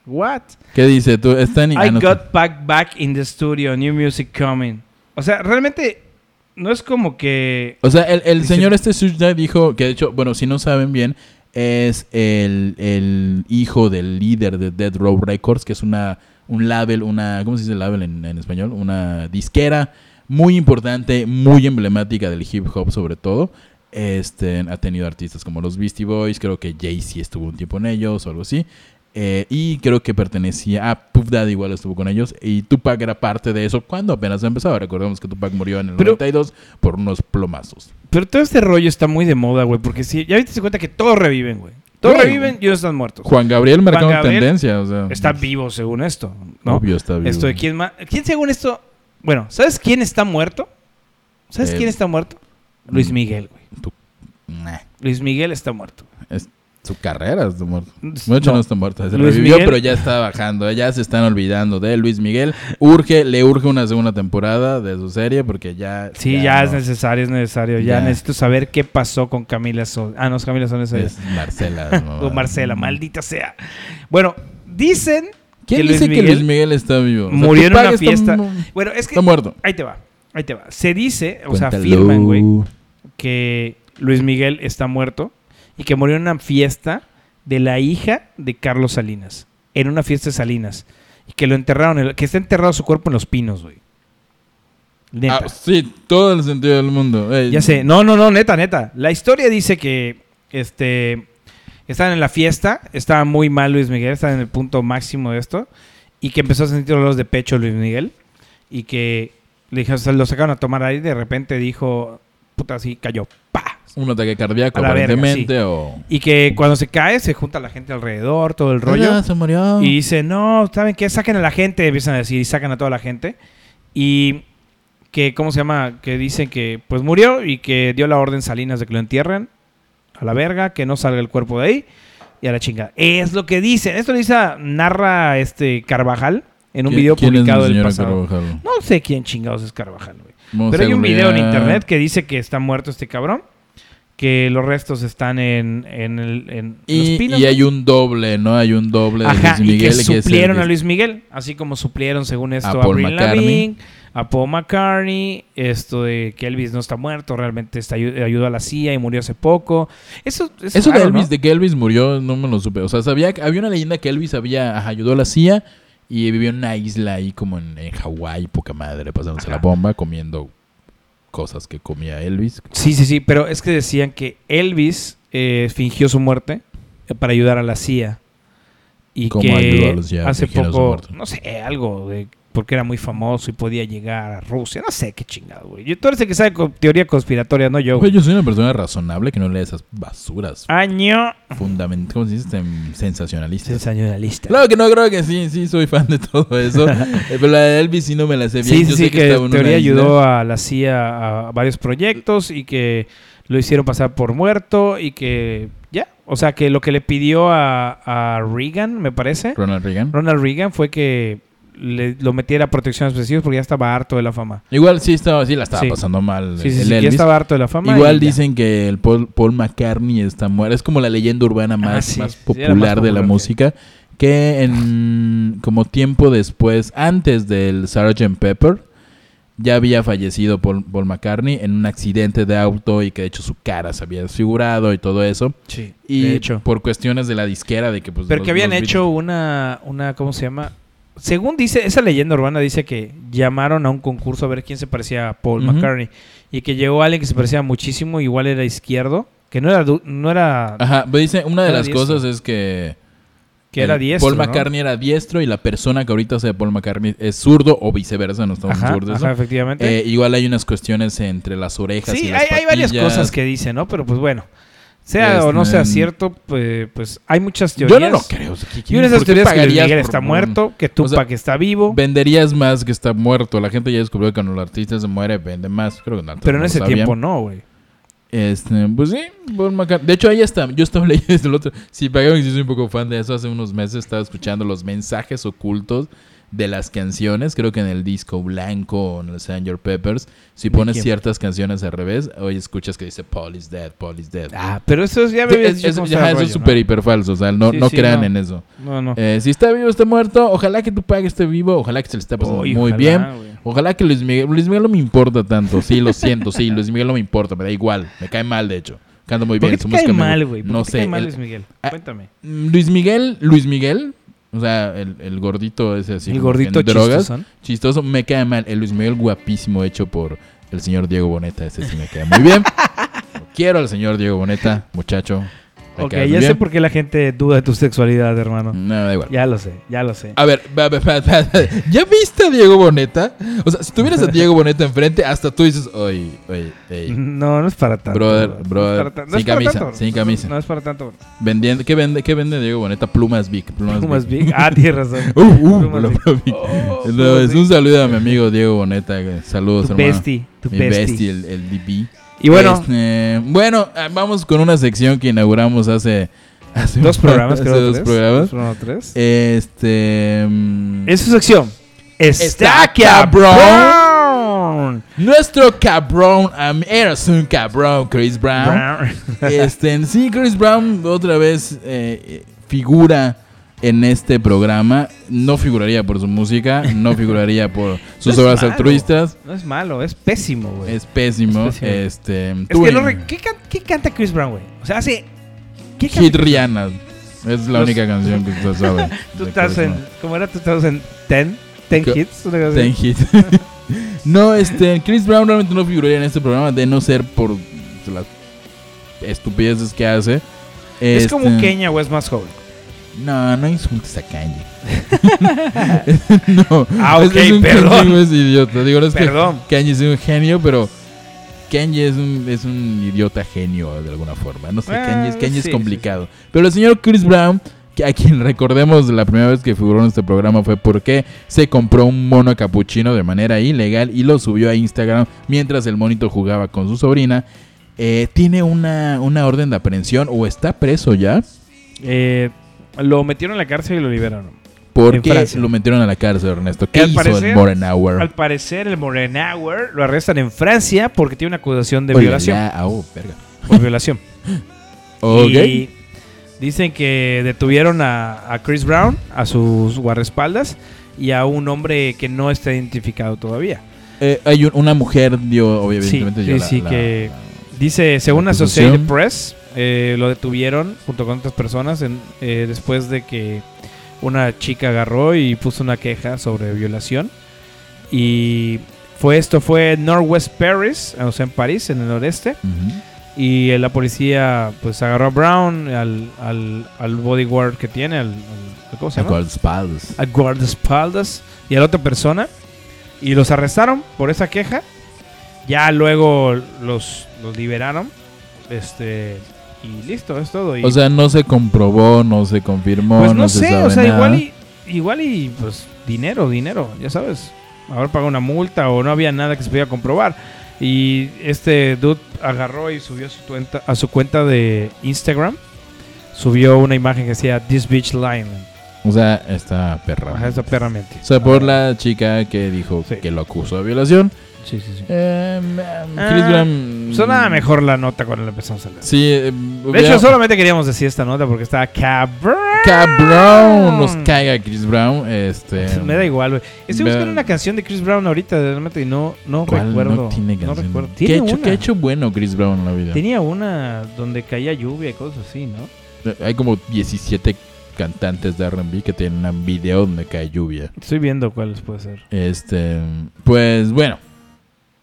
What? ¿Qué dice tú? Está en ah, I no, got back back in the studio, new music coming. O sea, realmente no es como que O sea, el, el Dice- señor este Sushda dijo que, de hecho, bueno, si no saben bien, es el, el hijo del líder de Dead Row Records, que es una un label, una, ¿cómo se dice label en, en español? Una disquera muy importante, muy emblemática del hip hop sobre todo. Este, ha tenido artistas como los Beastie Boys, creo que Jay-Z estuvo un tiempo en ellos o algo así. Eh, y creo que pertenecía a Puff Daddy, igual estuvo con ellos. Y Tupac era parte de eso cuando apenas empezaba. Recordemos que Tupac murió en el Pero- 92 por unos plomazos. Pero todo este rollo está muy de moda, güey. Porque si ya viste cuenta que todos reviven, güey. Todos Güey. reviven y no están muertos. Juan Gabriel marcó Juan Gabriel tendencia. O sea, Está vivo según esto, ¿no? Obvio está vivo. Esto de quién más. ¿Quién según esto? Bueno, ¿sabes quién está muerto? ¿Sabes Eh, mm. quién está muerto? Luis Miguel, güey. Nah, Luis Miguel está muerto. es- su carrera está muerta. De hecho, No. no, está muerta. Se Luis revivió, Miguel- pero ya está bajando. Ya se están olvidando de Luis Miguel. Urge, le urge una segunda temporada de su serie porque ya. Sí, ya, es no. necesario, es necesario. Ya, Ya. necesito saber qué pasó con Camila Sol. Ah, no, <laughs> es Camila Sol es ella. Es Marcela. O Marcela, maldita sea. Bueno, dicen que ¿Quién Luis dice que Miguel Luis Miguel está vivo? O sea, murió en Tupac una está fiesta. mu- Bueno, es que Está muerto. ahí te va, ahí te va. Se dice, o sea, Cuéntalo. afirman, güey, que Luis Miguel está muerto y que murió en una fiesta de la hija de Carlos Salinas. En una fiesta de Salinas. Y que lo enterraron, en- que está enterrado su cuerpo en los pinos, güey. Neta. Ah, sí, todo el sentido del mundo. Ey, Ya sé. No, no, no, neta, neta. La historia dice que este estaban en la fiesta, estaba muy mal Luis Miguel, estaba en el punto máximo de esto y que empezó a sentir dolores de pecho Luis Miguel y que le dijeron, o sea, lo sacaron a tomar ahí y de repente dijo, puta, así cayó. Pa. Un ataque cardíaco, A la verga, aparentemente, o... Y que cuando se cae se junta la gente alrededor, todo el rollo. Ah, se murió. Y dice, no, ¿saben qué? Saquen a la gente, empiezan a decir, y sacan a toda la gente. Y que, ¿cómo se llama? Que dicen que pues murió y que dio la orden Salinas de que lo entierren a la verga, que no salga el cuerpo de ahí y a la chingada. Es lo que dicen. Esto lo dice, narra este Carvajal en un ¿Qui- video quién es mi publicado del señora pasado. Carvajal? No sé quién chingados es Carvajal, güey. Vamos Pero a hay un video en googlear. internet que dice que está muerto este cabrón, que los restos están en, en, el, en los Y, pinos. y hay un doble, ¿no? Hay un doble de Ajá, Luis y Miguel. que es el- suplieron a Luis Miguel, así como suplieron, según esto, a, Paul Avril McCartney. Lavigne, a Paul McCartney, esto de que Elvis no está muerto, realmente está ayu- ayudó a la CIA y murió hace poco. Eso, es Eso de raro, ¿no? Elvis, de que Elvis murió, no me lo supe. O sea, sabía que había una leyenda que Elvis había ajá, ayudó a la CIA y vivió en una isla ahí como en, en Hawái, poca madre, pasándose la bomba, comiendo cosas que comía Elvis. Sí, sí, sí, pero es que decían que Elvis eh, fingió su muerte eh, para ayudar a la CIA. Y ¿Cómo ayudó a que la CIA a hace fingir su poco, muerte? no sé, algo de porque era muy famoso y podía llegar a Rusia. No sé qué chingado, güey. Yo- Tú eres el que sabe con teoría conspiratoria, no yo. Oye, güey. yo soy una persona razonable que no lee esas basuras Año fundamental, ¿cómo se dice? Tem- Sensacionalistas. sensacionalista. Claro que no, creo que sí, sí, soy fan de <laughs> todo eso. Eh, Pero la de Elvis sí no me la sé bien. Sí, sí, Yo sí, sé que, estaba en en una teoría isla. ayudó a la CIA a varios proyectos y que lo hicieron pasar por muerto y que ya, o sea, que lo que le pidió a, a Reagan, me parece, Ronald Reagan. Ronald Reagan fue que le- lo metiera a protección específica porque ya estaba harto de la fama. Igual sí estaba, sí la estaba Sí. pasando mal. Sí, el sí, sí, que ya Elvis. estaba harto de la fama. Igual y ya. dicen que el Paul, Paul McCartney está muerto. Es como la leyenda urbana más, Ah, sí, más sí, era popular más de la popular que- música. Que en como tiempo después, antes del Sgt. Pepper, ya había fallecido Paul, Paul McCartney en un accidente de auto y que de hecho su cara se había desfigurado y todo eso. Sí, Y de hecho. por cuestiones de la disquera de que pues... Pero los- que habían los Beatles- hecho una, una, ¿cómo se llama? Según dice, esa leyenda urbana dice que llamaron a un concurso a ver quién se parecía a Paul Ujú. McCartney. Y que llegó alguien que se parecía muchísimo, igual era izquierdo, que no era, du- no era Ajá, pero dice, una de Era las diestro. cosas es que... que era el diestro. Paul ¿no? McCartney era diestro y la persona que ahorita sea Paul McCartney es zurdo o viceversa, no estamos Ajá, seguros de eso. ajá, efectivamente. Eh, igual hay unas cuestiones entre las orejas y sí, las hay, hay varias patillas. cosas que dice, ¿no? Pero pues bueno, sea o no sea Este, cierto, pues, pues hay muchas teorías. Yo no lo creo. o sea, ¿qué- Y una de ¿por esas qué teorías es que Luis pagarías Miguel por está un- muerto, que Tupac está vivo. Venderías más que está muerto. La gente ya descubrió que cuando el artista se muere, vende más. Creo que no, antes Pero en no lo ese sabían. tiempo no, güey. Este, pues sí, Paul McCartney. De hecho, ahí está. Yo estaba <laughs> leyendo el otro. Si pagaron, yo soy un poco fan de eso. Hace unos meses estaba escuchando los mensajes ocultos de las canciones. Creo que en el disco blanco, en el Sgt. Your Peppers. Si ¿De pones quién? ciertas canciones al revés, hoy escuchas que dice Paul is dead, Paul is dead. Ah, pero eso es- ya me Sí, habías es- dicho es- cómo ajá, estaba el eso es rollo, ¿no? súper hiperfalso. O sea, no, Sí, no sí, crean no. en eso. No, no. Eh, si está vivo, está muerto. Ojalá que tu pague esté vivo. Ojalá que se le esté pasando Uy, pues, muy ojalá, bien. güey. Ojalá que Luis Miguel. Luis Miguel no me importa tanto. Sí, lo siento. Sí, Luis Miguel no me importa. Me da igual. Me cae mal, de hecho. Canta muy ¿Por bien. qué su te música cae me- mal, güey? ¿Por No qué sé. te cae mal el- Luis Miguel? Ah, Cuéntame. mm, Luis Miguel. Luis Miguel. O sea, el, el gordito ese así. el como que en gordito drogas. chistosón. Chistoso. Me cae mal. El Luis Miguel guapísimo hecho por el señor Diego Boneta. Ese sí me cae muy <laughs> bien. Lo Quiero al señor Diego Boneta, muchacho. Me Ok, cae ya muy sé bien. Mm. por qué la gente duda de tu sexualidad, hermano. No, da igual. Ya lo sé, ya lo sé. A ver, va, va, va, va, va. ¿ya viste a Diego Boneta? O sea, si tuvieras a Diego Boneta enfrente, hasta tú dices, oye, oye, ey, No, no es para tanto. Brother, bro. brother, No es para tan- no sin es para camisa, tanto. sin camisa. No es para tanto. vendiendo, ¿qué vende, qué vende Diego Boneta? Plumas Vic, plumas, Pumas Vic. Big. Ah, tienes razón. <laughs> Uh, uh, Plumas la Vic. pluma Vic. Oh, No, Plumas es Vic. un saludo a mi amigo Diego Boneta, que- saludos Tu hermano. bestie, tu Mi bestie, bestie. el, el DB. Y bueno, Este, bueno, ah, vamos con una sección que inauguramos hace, hace dos un- <laughs> programas, hace creo. dos tres. programas. Eh, Dos programas, tres. Este, mm, Es su sección. Está Está cabrón. cabrón. Nuestro cabrón, am- eras un cabrón, Chris <laughs> Ah. Brown. Este, en sí, Chris Brown otra vez eh, eh, figura en este programa. No figuraría por su música, no figuraría <laughs> por sus No es obras malo, altruistas. No es malo, es pésimo, güey. Es pésimo. Es pésimo. Este, Es que tuve no re- ¿qué, can- qué canta Chris Brown, güey? O sea, hace. ¿Qué canta- Hit Rihanna. Es la Los- única canción que usted sabe. <laughs> Tú de estás Chris en. Brown. ¿Cómo era? Tú estás en 10 10 Co- hits. una cosa así. Ten Hit. <laughs> no, este, Chris Brown realmente no figuraría en este programa de no ser por las estupideces que hace. Es como un Este, Kenya West más joven. No, no insultes <laughs> a Kanye. <laughs> no. Ah, es- ok, es un perdón. Kanye es idiota. Digo, no es Perdón. que Kanye es un genio, pero Kanye es un, es un idiota genio de alguna forma. No sé, Bueno, Kanye, es- Kanye Eh, sí, es complicado. Pero el señor Chris Brown, que a quien recordemos la primera vez que figuró en este programa fue porque se compró un mono capuchino de manera ilegal y lo subió a Instagram mientras el monito jugaba con su sobrina. Eh, tiene una, una orden de aprehensión o está preso ya. Eh, lo metieron a la cárcel y lo liberaron. En Porque Francia. lo metieron a la cárcel, Ernesto. ¿Qué Al hizo parecer, el Morenauer? Al parecer, el Morenauer lo arrestan en Francia porque tiene una acusación de Oye, violación. ya, ah, oh, verga. Por violación. <laughs> Ok. Y dicen que detuvieron a, a Chris Brown, a sus guardaespaldas y a un hombre que no está identificado todavía. Eh, hay un- una mujer dio, obviamente. Sí, dio sí, la- sí, la- que- Dice, según La Associated acusación. Press, eh, lo detuvieron junto con otras personas en- eh, después de que una chica agarró y puso una queja sobre violación. Y fue esto fue en Northwest Paris, o sea, en París, en el noreste. Ujú. Y eh, la policía pues agarró a Brown, al, al, al bodyguard que tiene, al, al- ¿cómo se llama? Con espadas. a guardaespaldas y a la otra persona. Y los arrestaron por esa queja. Ya luego los, los liberaron. Este. Y listo, es todo. Y, O sea, no se comprobó, no se confirmó. pues no, se sé, sabe o sea, nada. igual y, igual y pues dinero, dinero, ya sabes. Haber pagado una multa o no había nada que se pudiera comprobar. Y este dude agarró y subió a su cuenta, a su cuenta de Instagram. Subió una imagen que decía This Beach Line. O sea, está perra. Ajá, esa perra mentira. O sea, por la chica que dijo Sí. que lo acusó de violación. Sí, sí, sí. Eh, mm, Ah, Chris Brown. Sonaba mejor la nota cuando la empezamos a leer. Sí. eh, De hecho, hubiera- solamente queríamos decir esta nota porque estaba cabrón. Cabrón, nos caiga Chris Brown. Este. ¡Ah! <laughs> Me da igual, güey. Estoy Me- buscando una canción de Chris Brown ahorita, realmente, y no, no ¿Cuál? recuerdo. No tiene canción. recuerdo. ¿Qué, Tiene ha hecho, una. qué ha hecho bueno Chris Brown en la vida? Tenía una donde caía lluvia y cosas así, ¿no? Hay como 17 cantantes de R&B que tienen un video donde cae lluvia. Estoy viendo cuáles puede ser. Este, pues bueno.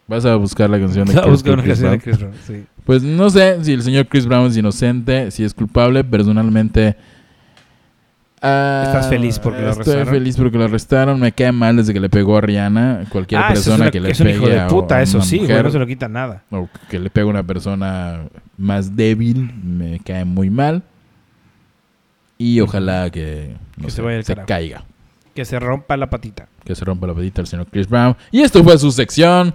Vas a buscar la canción de Estaba Chris- buscando una Chris canción de Brown. Chris Brown, sí. Pues no sé si el señor Chris Brown es inocente, si es culpable. Personalmente. ah, Estás feliz porque lo Estoy arrestaron. feliz porque lo arrestaron. Me cae mal desde que le pegó a Rihanna. Cualquier Ah, eso es persona una- que le es un pegue hijo de a- puta, a eso una sí, güey, mujer, no se lo quita nada. o que le pega a una persona más débil me cae muy mal. Y ojalá que, no Que se sé, vaya al carajo. caiga, Que se rompa la patita. que se rompa la patita al señor Chris Brown. Y esto fue su sección.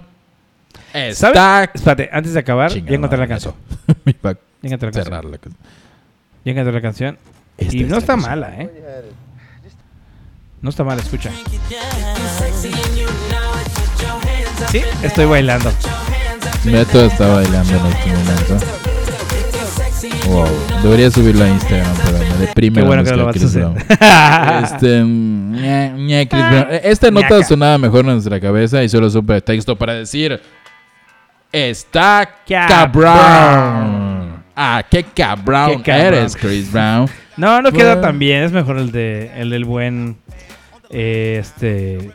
Está Espérate, antes de acabar, chingada ya encontré la madre, <laughs> canción. eso. Para Ya encontré la canción. cerrar la canción. Ya encontré la canción. Esta y es no la está canción. mala, ¿eh? No está mala, escucha. Sí, estoy bailando. Beto está bailando en este momento. Wow. Debería subirlo a Instagram, pero me deprime Qué la bueno que no lo vas música a hacer. de Chris Brown. Este, mm, ña, ña, Chris Brown. Eh, Esta nota Ñaca. sonaba mejor en nuestra cabeza y solo supe texto para decir: Está Cabrón. cabrón. Ah, qué cabrón, Qué cabrón. eres, Chris Brown. No, no Bueno. queda tan bien. Es mejor el de el del buen. eh, este.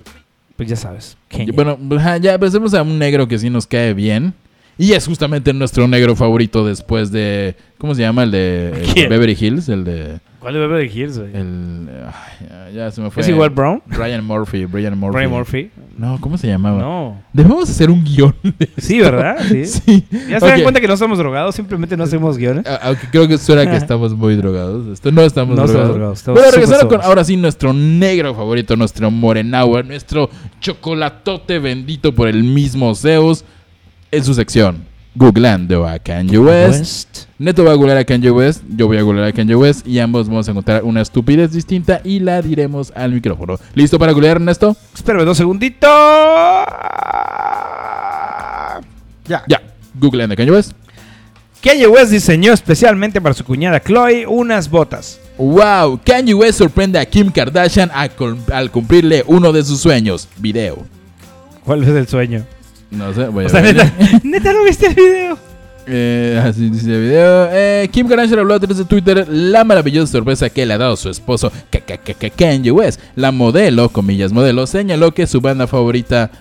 Pues ya sabes. Kanye. Y bueno, ajá, ya empecemos a un negro que sí nos cae bien. Y es justamente nuestro negro favorito después de. ¿Cómo se llama? El de el de ¿Quién? Beverly Hills, el de. ¿Cuál debe de Hills, güey? El, ay, ya- ya se me fue. ¿Es igual Brown? Brian Murphy, Brian Murphy. Ray Murphy. No, ¿cómo se llamaba? No. Debemos hacer un guión. de Sí, esto. <laughs> ¿verdad? Sí. Sí. Ya se dan Ok. cuenta que no somos drogados, simplemente no hacemos guiones. A- Aunque creo que suena <laughs> que estamos muy drogados. Esto no estamos No drogados. somos drogados, estamos Pero súper regresando con sobrios. ahora sí nuestro negro favorito, nuestro Morenauer, nuestro chocolatote bendito por el mismo Zeus. En su sección, googleando a Kanye West. Neto va a googlear a Kanye West, yo voy a googlear a Kanye West y ambos vamos a encontrar una estupidez distinta y la diremos al micrófono. ¿Listo para googlear, Ernesto? Espérame dos segunditos. Ya. Ya, googleando a Kanye West. Kanye West diseñó especialmente para su cuñada Chloe unas botas. Wow, Kanye West sorprende a Kim Kardashian a cul- al cumplirle uno de sus sueños. Video. ¿Cuál es el sueño? No sé, voy a O sea, ver. neta, <laughs> neta no viste el video. Eh, <laughs> así dice el video. Eh, Kim Kardashian habló a través de Twitter la maravillosa sorpresa que le ha dado su esposo Ka- Ka- Ka- Ka- Kanye West. La modelo, comillas modelo, señaló que su banda favorita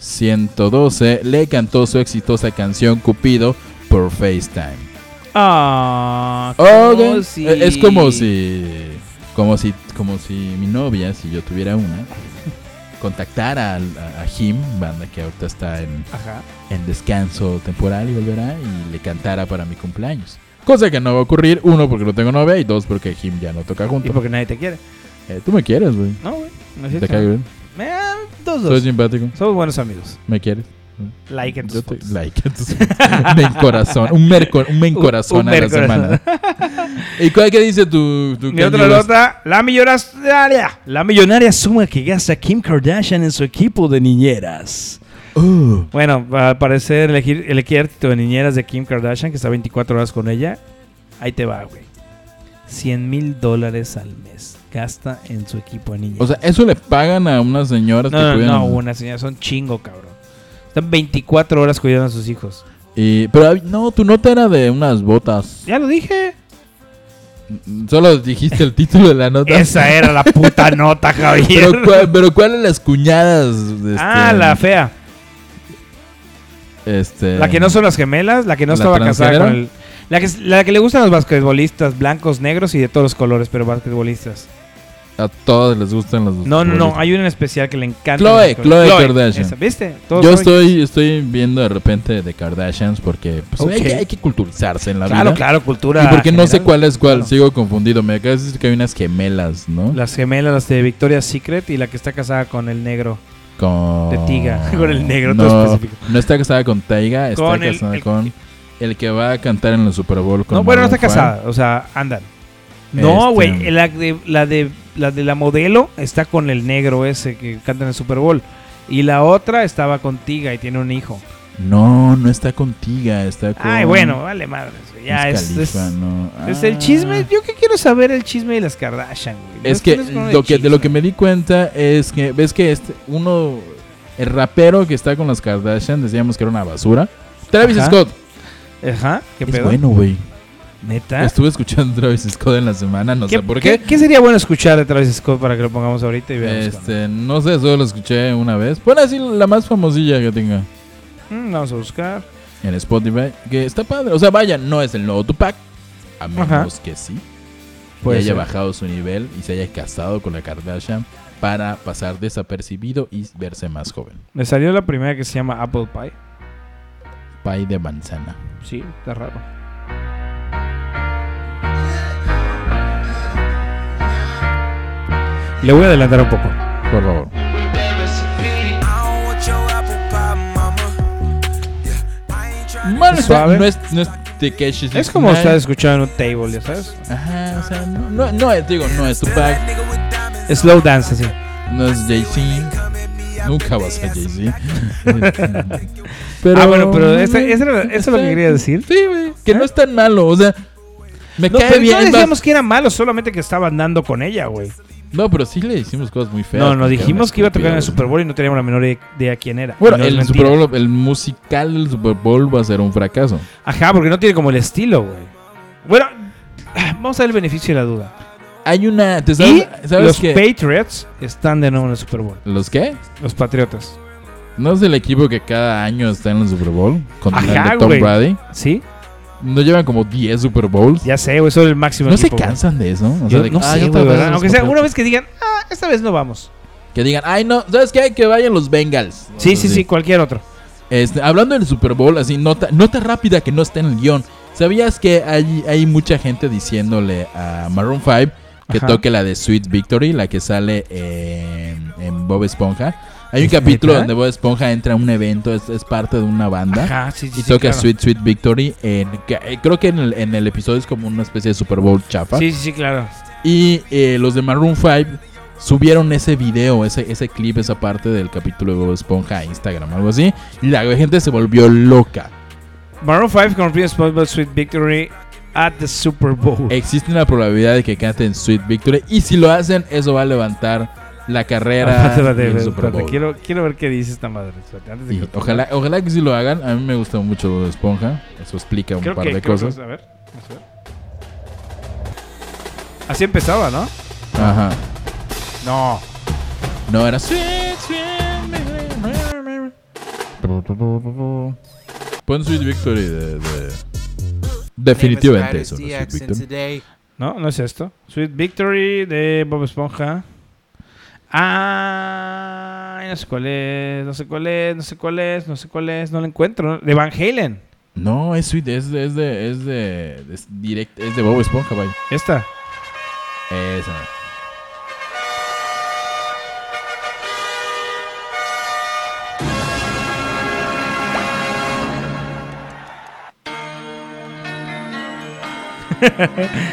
112 le cantó su exitosa canción Cupido por FaceTime. Ah, Ok. como Eh, si- Es como si, como si, como si mi novia, si yo tuviera una, contactara al- a, a Jim, banda que ahorita está en Ajá. en descanso temporal y volverá y le cantara para mi cumpleaños. Cosa que no va a ocurrir, uno porque no tengo novia y dos porque Jim ya no toca Y juntos. porque nadie te quiere. Eh, tú me quieres, güey. No, güey. No es Te cierto. caigo bien. Eh, dos, Soy dos. simpático. Somos buenos amigos. Me quieres. Like en Yo tus te- fotos. like en tus <laughs> fotos. me encorazón. Un, merco, un me encorazón Un- un a la mercorazón. semana. <laughs> ¿Y cuál que dice tu, tu Mi Kanye otra West? nota, la millonaria. La millonaria suma que gasta Kim Kardashian en su equipo de niñeras. Uh, Bueno, al parecer elegir el ejército de niñeras de Kim Kardashian, que está 24 horas con ella, ahí te va, güey. 100 mil dólares al mes gasta en su equipo de niñeras. o sea, eso le pagan a unas señoras que no, no, cuidan- no, una señora, son chingo, cabrón. Están 24 horas cuidando a sus hijos. Y- pero hab- no, tu nota era de unas botas. Ya lo dije. Solo dijiste el título de la nota. Esa era la <laughs> puta nota, Javier. Pero, ¿cuál- pero ¿cuáles las cuñadas? este, ah, la fea. este, La que no son las gemelas, la que no ¿La estaba casada transgénero? con el. La que, la que le gustan los basquetbolistas, blancos, negros y de todos los colores, pero basquetbolistas. A todas les gustan las dos. No, no, no, hay una en especial que le encanta. Chloe, Las- Chloe Kardashian. esa, ¿Viste? Todos Yo saben- estoy, estoy viendo de repente de Kardashians porque pues, hay, Ok. que, hay que culturizarse en la Claro, vida. claro, cultura. ¿eh? Y porque no sé general. cuál es cuál, Claro. sigo confundido. Me acabas de decir que hay unas gemelas, ¿no? Las gemelas, las de Victoria's Secret y la que está casada con el negro. Con... de Tiga, <laughs> con el negro, no, todo específico. No está casada con Taiga, está Con el- casada el- con el que va a cantar en el Super Bowl. Con No, bueno, no Maroon está five. casada, o sea, andan. No, Este- güey, la de, la, de, la de la modelo está con el negro ese que canta en el Super Bowl. Y la otra estaba con Tiga y tiene un hijo. No, no está con Tiga, está con. Ay, bueno, vale madres. güey, Ya Wiz es, Khalifa, es- no. es Ah. el chisme. Yo que quiero saber el chisme de las Kardashian, güey. Es No que, tienes uno lo que de lo que chisme. me di cuenta es que ves que este uno el rapero que está con las Kardashian decíamos que era una basura. Travis Ajá. Scott Ajá, qué es pedo. bueno, güey. Neta. Estuve escuchando a Travis Scott en la semana, no ¿Qué, sé por qué. qué- qué sería bueno escuchar de Travis Scott para que lo pongamos ahorita y veamos? cuando? Este, no sé, solo lo escuché una vez. Pon así la más famosilla que tenga Mm, vamos a buscar. en Spotify, que está padre. O sea, vaya, no es el nuevo Tupac, a menos Ajá. que sí. Puede y haya ser. bajado su nivel y se haya casado con la Kardashian para pasar desapercibido y verse más joven. Me salió la primera que se llama Apple Pie. Pay de manzana. Sí, está raro. Le voy a adelantar un poco. Por favor. Suave. no es, no es Takeshi Es como estar 69. escuchando un table, ya sabes. Ajá, o sea, no, no, no, te digo, no es Tupac, Slow dance, así. no es Jay-Z. Nunca vas a Jay-Z. ah, bueno, <laughs> pero ese- ese era- eso es lo que está- quería decir. Sí, güey. Que no es tan malo, o sea. Me ¿Eh? No, cae pero bien. no vas- decíamos que era malo, solamente que estaba andando con ella, güey. No, pero sí le hicimos cosas muy feas. No, nos porque era dijimos una que iba a tocar en el estúpida, Super Bowl y no teníamos la menor idea quién era. Bueno, No es el, mentira. Super Bowl, el musical del Super Bowl va a ser un fracaso. Ajá, porque no tiene como el estilo, güey. Bueno, vamos a dar el beneficio de la duda. Hay una. ¿te Y ¿Sabes, sabes los que- Patriots están de nuevo en el Super Bowl. ¿Los qué? Los Patriotas. ¿No es el equipo que cada año está en el Super Bowl? Con el Ajá, de Tom güey. Brady. ¿Sí? No llevan como 10 Super Bowls. Ya sé, güey, son el máximo. No se equipo, güey. cansan de eso. O sea, Yo de que, no "Ah, sé, ya güey, otra vez ¿verdad? los Aunque sea Patriots". una vez que digan, ah, esta vez no vamos. Que digan, ay, no, ¿sabes qué? Que vayan los Bengals. O Sí, sea, sí, sí, cualquier otro. Este, hablando del Super Bowl, así, nota, nota rápida que no está en el guión. ¿Sabías que hay, hay mucha gente diciéndole a Maroon 5 que Ajá. toque la de Sweet Victory, la que sale en, en Bob Esponja? Hay un capítulo neta? donde Bob Esponja entra a un evento, es, es parte de una banda. Ajá, sí, sí. Y sí, toca claro. Sweet Sweet Victory. En, que- eh, creo que en el, en el episodio es como una especie de Super Bowl chafa. Sí, sí, sí, claro. Y eh, los de Maroon 5 subieron ese video, ese, ese clip, esa parte del capítulo de Bob Esponja a Instagram, algo así. Y la gente se volvió loca. Maroon 5 con Free Spot Sweet Victory at the Super Bowl. Existe una probabilidad de que canten Sweet Victory. Y si lo hacen, eso va a levantar la <laughs> carrera <laughs> Espérate, espérate, del Super espérate, Bowl. Quiero, quiero ver qué dice esta madre. espérate, antes de Y que- ojalá, ojalá que sí lo hagan. A mí me gusta mucho Bob Esponja. Eso explica un Creo par que- de creo que- cosas. a ver, vamos a ver. Así empezaba, ¿no? Ajá. No. No era Sweet, Sweet. Pon Sweet Victory de. de- Definitivamente eso. no es Sweet Victory. No, no es esto. Sweet Victory de Bob Esponja. Ah, no sé cuál es, no sé cuál es, no sé cuál es, no sé cuál es, no lo encuentro. De Van Halen. No, es Sweet, es de. Es de. Es de, es direct- es de Bob Esponja, vaya. Esta. Esa.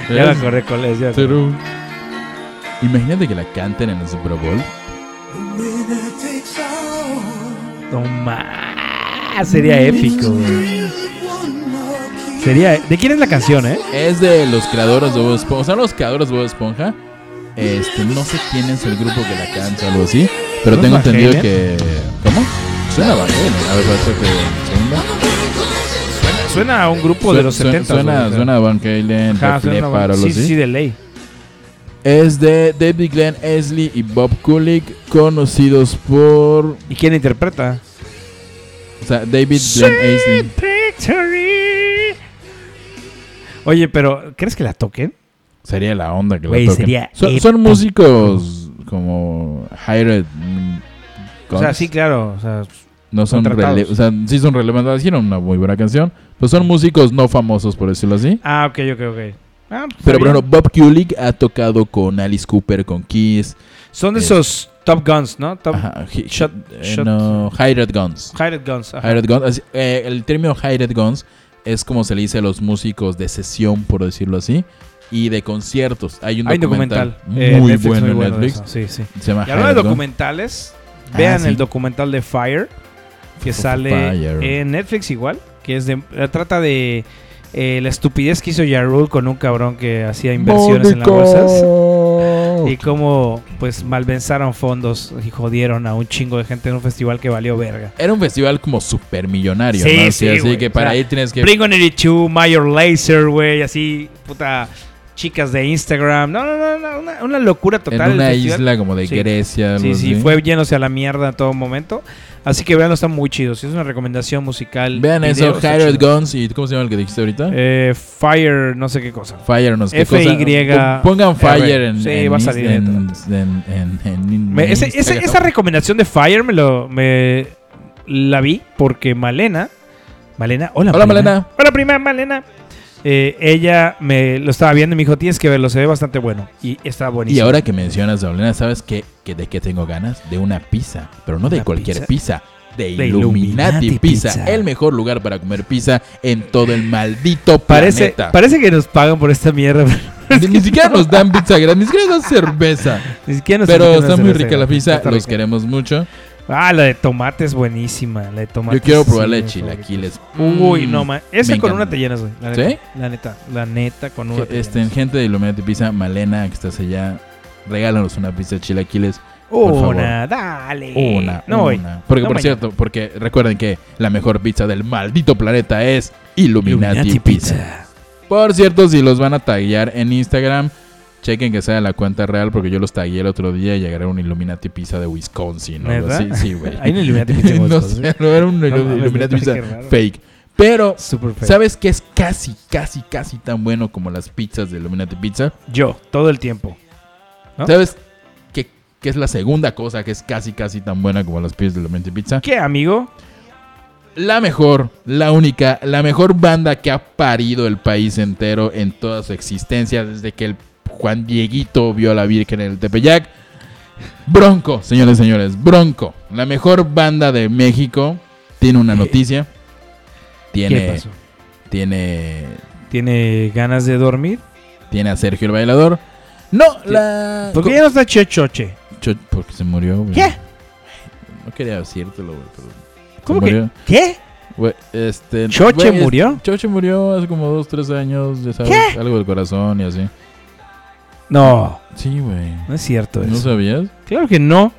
Ya me Es- acordé cuál es. Ya. Pero- Imagínate que la canten en el Super Bowl. No más. Sería épico. güey. Sería. ¿De quién es la canción, eh? Es de los creadores de Bob Esponja. O sea, los creadores de Bob Esponja. Este, no sé quién es el grupo que la canta o algo así. Pero ¿No tengo es entendido Evangelion? que. ¿Cómo? Suena Evangelion. A ver, voy a hacer que. Suena, Suena a un grupo de los suena, 70. Suena, güey. suena a Evangelion, Ajá, Def suena Leppard, a- algo Sí, así. sí, de ley. Es de David Glenn Esley y Bob Kulick, conocidos por. ¿Y quién interpreta? O sea, David Glenn Esley. Victory. Oye, pero ¿crees que la toquen? Sería la onda que la Güey, toquen. sería son, son músicos como Hired. mm, O sea, Guns. sí, claro. O sea, No son Contratados. rele- o sea, sí son relevantes, Ah, hicieron una muy buena canción, pero son músicos no famosos, por decirlo así. ah, ok, ok, ok. Ah, pues, está Pero bueno, bien. Bob Kulick ha tocado con Alice Cooper, con Kiss, son de eh, esos Top Guns, ¿no? Top ajá, hi- Shot- eh, Shot- no, Hired Guns. Hired Guns. ajá. Hired Guns, así- eh, el término Hired Guns es como se le dice a los músicos de sesión, por decirlo así, y de conciertos. Hay un Hay un documental, documental. eh, muy Netflix, bueno muy en bueno de Netflix. eso, Sí, sí. Se llama Y hablando de Hired Guns. documentales, Ah, vean sí. el documental de Fire que sale Fire. en Netflix igual, que es de trata de eh, la estupidez que hizo Yarul con un cabrón que hacía inversiones en las bolsas Mónico. y cómo pues malvenzaron fondos y jodieron a un chingo de gente en un festival que valió verga. Era un festival como supermillonario, Sí, ¿no? Así- sí, así güey. que para O sea, ahí tienes que Bring on it to Mayor Laser, güey, así puta chicas de Instagram. No, no, no, no, una, una locura total en el una festival. isla como de Sí. Grecia. Sí, algo sí, así. fue yéndose a la mierda en todo momento. Así que veanlo, está muy chido. Sí, es una recomendación musical. Vean video, eso, está Hired chido. Guns y ¿cómo se llama el que dijiste ahorita? Eh, Fire, no sé qué cosa. Fire, no sé qué FY cosa. Pongan Fire R. en, Sí, en, va a is- salir en, en- en- en- en Me- ese- ese- Instagram. esa recomendación de Fire me lo me la vi porque Malena. Malena, hola. Hola, Malena. Hola, prima Malena. Eh, ella me lo estaba viendo y me dijo: Tienes que verlo, se ve bastante bueno. Y está Y buenísimo. ahora que mencionas a Olena, ¿sabes qué, qué- de qué tengo ganas? De una pizza, pero no de ¿Una cualquier pizza. De De Illuminati, Illuminati pizza, Pizza. el mejor lugar para comer pizza en todo el maldito parece, planeta. parece que nos pagan por esta mierda. <laughs> Ni, ni siquiera nos dan pizza gratis, ni siquiera nos dan cerveza. Ni siquiera <laughs> nos Pero invitan a está hacer muy esa- rica la pizza, está los rica. queremos mucho. Ah, la de tomate es buenísima. La de tomate. Yo quiero sí, probar la mi de chilaquiles. Mm. favorita. Uy, no más man. Esa me con encanta. una te llenas, güey. La ¿Sí? neta. La neta. La neta con una te Este, llenas. gente de Illuminati Pizza, Malena, que estás allá, regálanos una pizza de chilaquiles. por favor. Una, dale. Una, Eh, No, güey. una. Porque, No, por mañana. cierto, porque recuerden que la mejor pizza del maldito planeta es Illuminati, pizza. Por cierto, si los van a taguear en Instagram, chequen que sea la cuenta real, porque yo los tagué el otro día y llegaré a un Illuminati Pizza de Wisconsin. ¿no? ¿Neta? Sí, sí, güey. Hay un Illuminati Pizza en <laughs> no Wisconsin. sé, no era un No mames, neta, Illuminati Pizza qué raro. fake. Pero Super feo. ¿Sabes que es casi, casi, casi tan bueno como las pizzas de Illuminati Pizza? Yo, todo el tiempo. ¿No? ¿Sabes que, que es la segunda cosa que es casi, casi tan buena como las pizzas de Illuminati Pizza? ¿Qué, amigo? La mejor, la única, la mejor banda que ha parido el país entero en toda su existencia desde que el Juan Dieguito vio a la Virgen en el Tepeyac. Bronco, señores, señores, Bronco, la mejor banda de México, tiene una noticia. Eh, ¿Qué Tiene, pasó? tiene, ¿Tiene ganas de dormir? Tiene a Sergio el bailador. No, la. Porque ya no está chochoche. Cho- porque se murió, güey. ¿Qué? No quería decírtelo, güey. pero se ¿Cómo que? murió. ¿Qué? Güey, este, ¿Choche güey, es- murió? Choche murió hace como dos, tres años, ya sabes, ¿Qué? algo del corazón y así. No, Sí, güey. no es cierto ¿No eso. sabías? claro que no.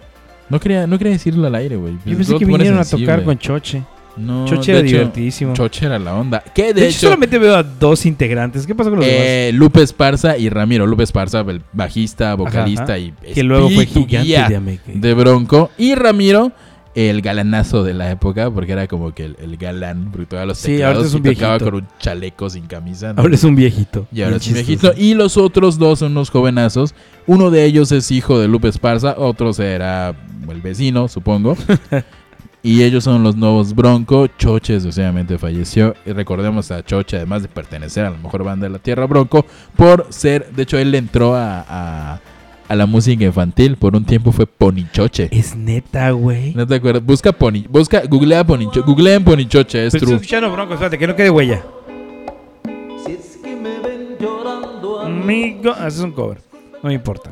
No quería, no quería decirlo al aire, güey. Yo Pues, pensé luego que te pones vinieron a sensible. tocar con Choche. No, Choche de era hecho, divertidísimo. Choche era la onda. ¿Qué de, de hecho, hecho? solamente veo a dos integrantes. ¿Qué pasó con los demás? eh, Lupe Esparza y Ramiro. Lupe Esparza, el bajista, vocalista ajá. y Que luego fue espíritu gigante guía de Ameca. de Bronco. Y Ramiro, el galanazo de la época, porque era como que el, el galán, porque todavía los Sí, teclados ahorita es un y tocaba viejito. con un chaleco sin camisa. ¿no? Ahora es un viejito. Y ahora Bien es un chistoso. viejito. Y los otros dos son unos jovenazos. Uno de ellos es hijo de Lupe Esparza, otro será el <laughs> vecino, supongo. y ellos son los nuevos Bronco. Choche desgraciadamente falleció. Y recordemos a Choche, además de pertenecer a la mejor banda de la tierra, Bronco, por ser, de hecho, él entró a, a- a la música infantil. Por un tiempo fue Ponichoche. Es neta, güey. ¿No te acuerdas? Busca Poni, busca, googlea Ponichoche, googleen Ponichoche, es Pero estoy true. escuchando Bronco, espérate, que no quede huella. Si es que me ven llorando a Amigo, ah, eso es un cover. No me importa.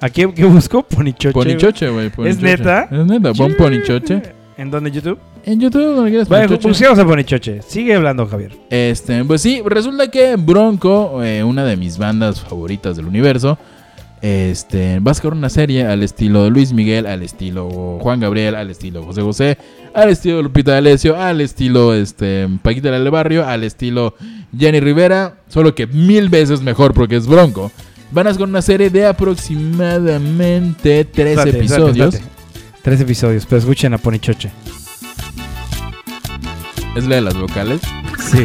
Aquí qué busco? <laughs> Ponichoche. Ponichoche, güey. Ponichoche. neta? Es neta, pon Ponichoche. ¿En dónde? ¿En YouTube? En YouTube, donde quieras. Vaya, Ponichoche. busquemos a Ponichoche. Sigue hablando, Javier. Este, pues sí, resulta que Bronco, eh, una de mis bandas favoritas del universo, este, va a sacar una serie al estilo de Luis Miguel, al estilo Juan Gabriel, al estilo José José, al estilo Lupita D'Alessio, al estilo este, Paquita la del Barrio, al estilo Jenny Rivera, solo que mil veces mejor porque es Bronco. Van a sacar una serie de aproximadamente tres Espérate, espérate, episodios. espérate. Tres episodios, pero escuchen a Ponichoche. Es la de las vocales. <laughs> Sí.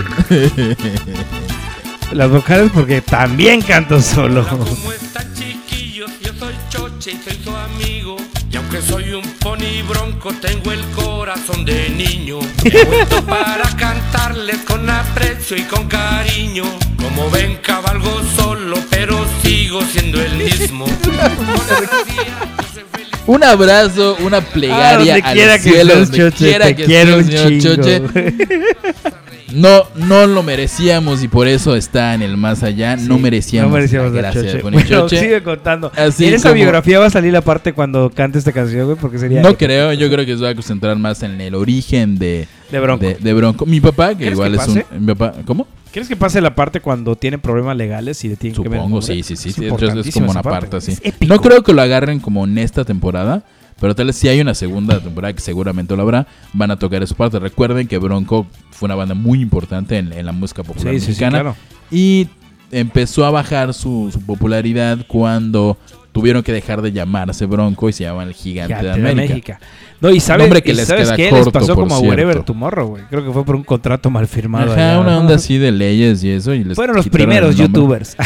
Las vocales porque también canto solo. ¿Cómo están chiquillos? Yo soy Choche y soy su amigo. Y aunque soy un pony bronco, tengo el corazón de niño. He vuelto para cantarles con aprecio y con cariño. Como ven, cabalgo solo, pero sigo siendo el mismo. Con alegría, yo soy feliz. Un abrazo, una plegaria Ah, al quiera que cielo, estés, donde Choche, quiera te que quiero estés, un señor Choche. chingo. No, no lo merecíamos y por eso está en el más allá. no merecíamos. No merecíamos la la gracia de Choche. Bonnie Bueno, Choche. Ah, sigue contando. Así en esa como- biografía va a salir la parte cuando cante esta canción, güey, porque sería No épico. creo, yo creo que se va a concentrar más en el origen de de Bronco. de- de Bronco. Mi papá, que ¿Quieres igual que es un. pase? mi papá- ¿Cómo? ¿Quieres que pase la parte cuando tienen problemas legales y le tienen que ver el Supongo, nombre? sí, sí, sí. Es sí, entonces es importantísima como esa una parte así. Es épico. No creo que lo agarren como en esta temporada, pero tal vez si hay una segunda temporada que seguramente lo habrá, van a tocar esa parte. Recuerden que Bronco fue una banda muy importante en, en la música popular Sí, sí, sí, mexicana claro. y empezó a bajar su, su popularidad cuando tuvieron que dejar de llamarse Bronco y se llamaban el Gigante, Gigante de América. No, y sabes, Nombre que y les ¿sabes queda qué? corto, les pasó por como a cierto. Wherever Tomorrow, güey. Creo que fue por un contrato mal firmado. Ajá, allá. una onda así de leyes y eso. Y les Fueron los quitaron el primeros nombre. youtubers.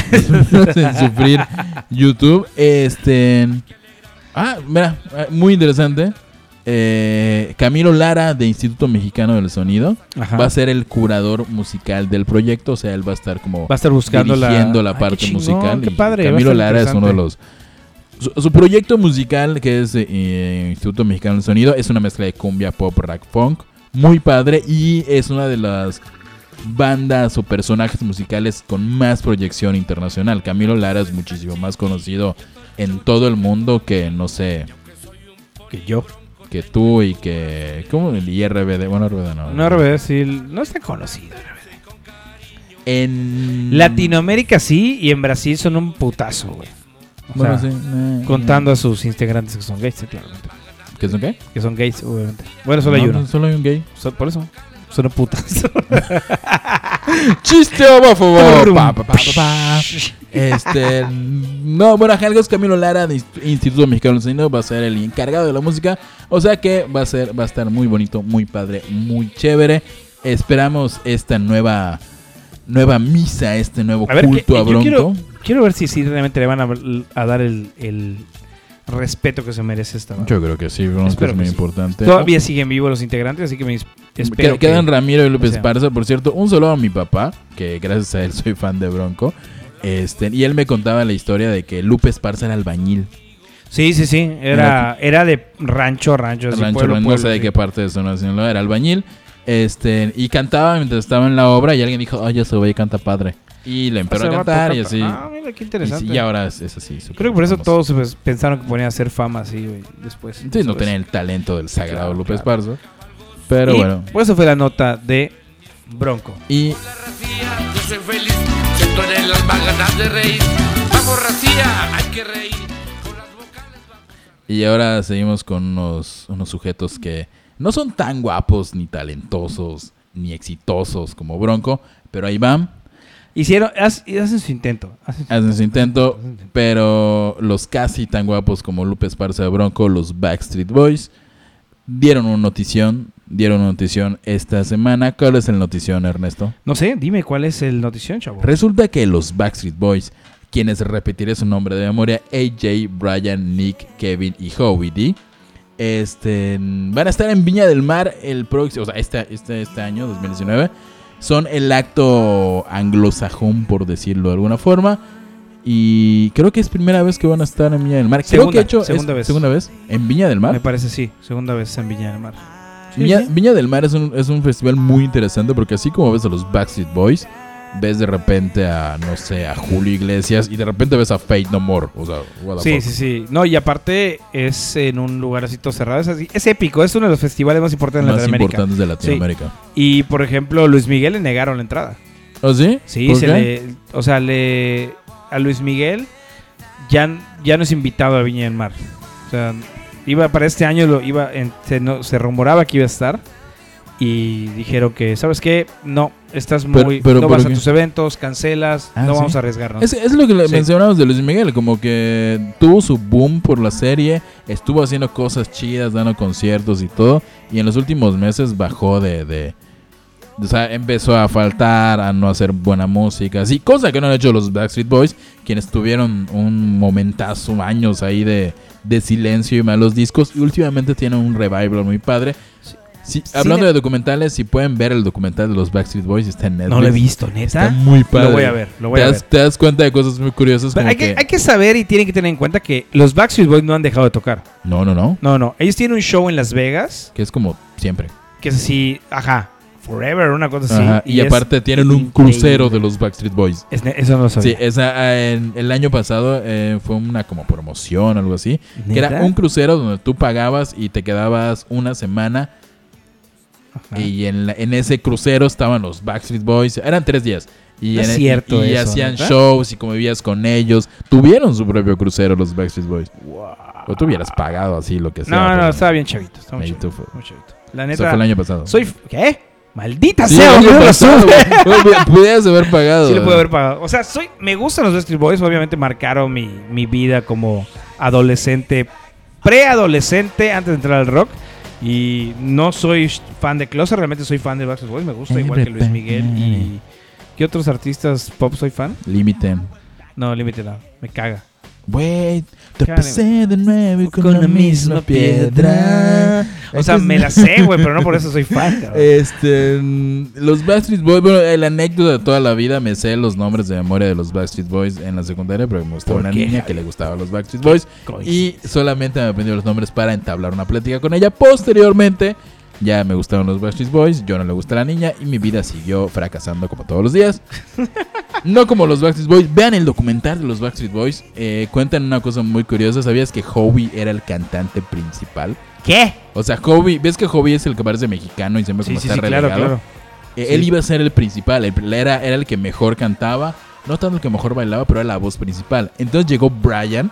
<laughs> en sufrir YouTube. Este. Ah, mira, ah, muy interesante. Eh, Camilo Lara, de Instituto Mexicano del Sonido, Ajá. va a ser el curador musical del proyecto. O sea, él va a estar como Va a estar buscando la- dirigiendo Ay, la qué parte chingón, musical. qué y padre, va a Camilo estar Lara es uno de interesante. los. Su, su proyecto musical, que es eh, Instituto Mexicano del Sonido, es una mezcla de cumbia, pop, rock, funk. Muy padre y es una de las bandas o personajes musicales con más proyección internacional. Camilo Lara es muchísimo más conocido en todo el mundo que, no sé, que yo. que tú y que... ¿Cómo? El IRBD. Bueno, RBD no. No, RBD, sí, no está conocido. En... Mm. Latinoamérica sí, y en Brasil son un putazo, güey. O Bueno, sea, sí, eh, Contando a sus integrantes que son gays, sí, claramente. ¿Qué es un gay? Que son gays, obviamente. Bueno, solo No, hay uno. no, Solo hay un gay. So- por eso. Son un putazo. <laughs> ¡Chiste homófobo! <laughs> Pa, pa, pa, pa, pa. Este, no, bueno, algo es Camilo Lara de Inst- Instituto Mexicano del Sonido va a ser el encargado de la música, o sea que va a ser, va a estar muy bonito, muy padre, muy chévere. Esperamos esta nueva, nueva misa, este nuevo A ver, culto que- eh, a yo Bronco. Quiero, quiero ver si, si realmente le van a, a dar el, el respeto que se merece esta banda. Yo creo que sí, Bronco Espero es muy que sí. importante. Todavía siguen vivos los integrantes, así que me ins- espero. Qued- Quedan que- Ramiro y López o sea. Parza, por cierto. Un saludo a mi papá, que gracias a él soy fan de Bronco. Este, y él me contaba la historia de que Lupe Esparza era albañil. Sí, sí, sí. Era, era de rancho, rancho, así, Rancho pueblo, Rancho, no pueblo, sé de sí. qué parte de Sonora Sinaloa, era albañil. Este, y cantaba mientras estaba en la obra y alguien dijo, oye, ese güey canta padre. Y le Ah, empezó se a va cantar y tocata. así. Ah, mira, qué Y, interesante. sí, y ahora es, es así. súper Creo que por eso famoso. todos pues, pensaron que ponía a hacer fama así, güey, después. Sí, no Después. tenía el talento del sagrado Claro, López claro. Parza. Pero Y, bueno. Pues eso fue la nota de Bronco. Y La racía, yo soy feliz, siento en el alma ganas de reír. Vamos racía, hay que reír. Con las vocales vamos. Y ahora seguimos con unos, unos sujetos que no son tan guapos, ni talentosos, ni exitosos como Bronco, pero ahí van, Hicieron, haz- hacen su intento. hacen su- hacen su intento, pero los casi tan guapos como Lupe Esparza de Bronco, los Backstreet Boys, dieron una notición, dieron una notición esta semana. ¿Cuál es el notición, Ernesto? No sé, dime cuál es el notición, chavo. Resulta que los Backstreet Boys, quienes repetiré su nombre de memoria, AJ, Brian, Nick, Kevin y Howie D, este, van a estar en Viña del Mar el próximo, o sea, este, este, este año, 2019. Son el acto anglosajón, por decirlo de alguna forma. Y creo que es primera vez que van a estar en Viña del Mar. Creo Segunda, que de hecho es segunda vez. segunda vez en Viña del Mar. Me parece sí, segunda vez en Viña del Mar. Viña, Viña del Mar es un, es un festival muy interesante porque así como ves a los Backstreet Boys, ves de repente a, no sé, a Julio Iglesias y de repente ves a Fate No More. O sea, what the Sí, fuck. sí, sí. No, y aparte es en un lugarcito cerrado. Es, así- es épico, es uno de los festivales más importantes de Más Latinoamérica. importantes de Latinoamérica. Y por ejemplo, Luis Miguel le negaron la entrada. ¿Oh, sí? Sí, ¿Por se qué? le, o sea, le a Luis Miguel ya, n- ya no es invitado a Viña del Mar. O sea, iba para este año lo iba en- se, no- se rumoraba que iba a estar y dijeron que, ¿sabes qué? No, estás Pero- muy pero no ¿por vas a qué? tus eventos, cancelas, Ah, no ¿sí? vamos a arriesgarnos. Es, es lo que le Sí. mencionamos de Luis Miguel, como que tuvo su boom por la serie, estuvo haciendo cosas chidas, dando conciertos y todo, y en los últimos meses bajó de... de- o sea, empezó a faltar, a no hacer buena música, así, cosa que no han hecho los Backstreet Boys, quienes tuvieron un momentazo, años ahí de, de silencio y malos discos, y últimamente tienen un revival muy padre. Sí, hablando de- de documentales, si pueden ver el documental de los Backstreet Boys, está en Netflix. no lo he visto, neta. Está muy padre. Lo voy a ver, lo voy te, a das, ver. te das cuenta de cosas muy curiosas Pero como hay, que, hay que saber y tienen que tener en cuenta que los Backstreet Boys no han dejado de tocar. No, no, no. No, no. Ellos tienen un show en Las Vegas Que es como siempre. que es así, ajá, forever, una cosa así. Ajá, Y, es- aparte tienen un increíble. crucero de los Backstreet Boys. es ne- eso no lo sabía. Sí, esa, ah, en- el año pasado eh, fue una como promoción o algo así. Que ¿Neta? era un crucero donde tú pagabas y te quedabas una semana. Ajá. Y en, la- en ese crucero estaban los Backstreet Boys. Eran tres días. Y, No es en- e, cierto y eso, hacían ¿neta? shows y convivías con ellos. Tuvieron su propio crucero los Backstreet Boys. O tú hubieras pagado así lo que sea. No, no, pero- estaba bien chavito. Estaba muy Ahí chavito, tú fue. muy chavito. La Eso fue neta, el año pasado. soy... f- ¿Qué? Maldita Sí, sea, el año boludo, lo pasado, supe. <laughs> güey. Güey, Pudieras haber pagado. Sí le puedo güey. haber pagado. O sea, soy, me gustan los Backstreet Boys. Obviamente marcaron mi, mi vida como adolescente, preadolescente, antes de entrar al rock. Y no soy fan de Closer, realmente soy fan de Backstreet Boys. Me gusta igual que Luis Miguel y... ¿Qué otros artistas pop soy fan? Límite. No, Limited Love. Me caga. Güey, te pasé de nuevo y con, Con la la misma misma piedra. O sea, me <laughs> la sé, güey, pero no por eso soy fan. cabrón. Este, mm, los Backstreet Boys, bueno, la anécdota de toda la vida, me sé los nombres de memoria de los Backstreet Boys en la secundaria, pero me gustaba ¿Por una qué, niña que le gustaban los Backstreet Boys y Coincidencia. solamente me aprendió los nombres para entablar una plática con ella. Posteriormente, ya me gustaron los Backstreet Boys, yo no le gusta la niña y mi vida siguió fracasando como todos <laughs> los días. No como los Backstreet Boys. Vean el documental de los Backstreet Boys. Eh, cuentan una cosa muy curiosa. ¿Sabías que Howie era el cantante principal? ¿Qué? O sea, Hobby, ves que Hobby es el que parece mexicano y siempre Sí, como sí, está sí, claro, relegado. claro. Eh, Él iba a ser el principal, el- era, era el que mejor cantaba, no tanto el que mejor bailaba, pero era la voz principal. Entonces llegó Brian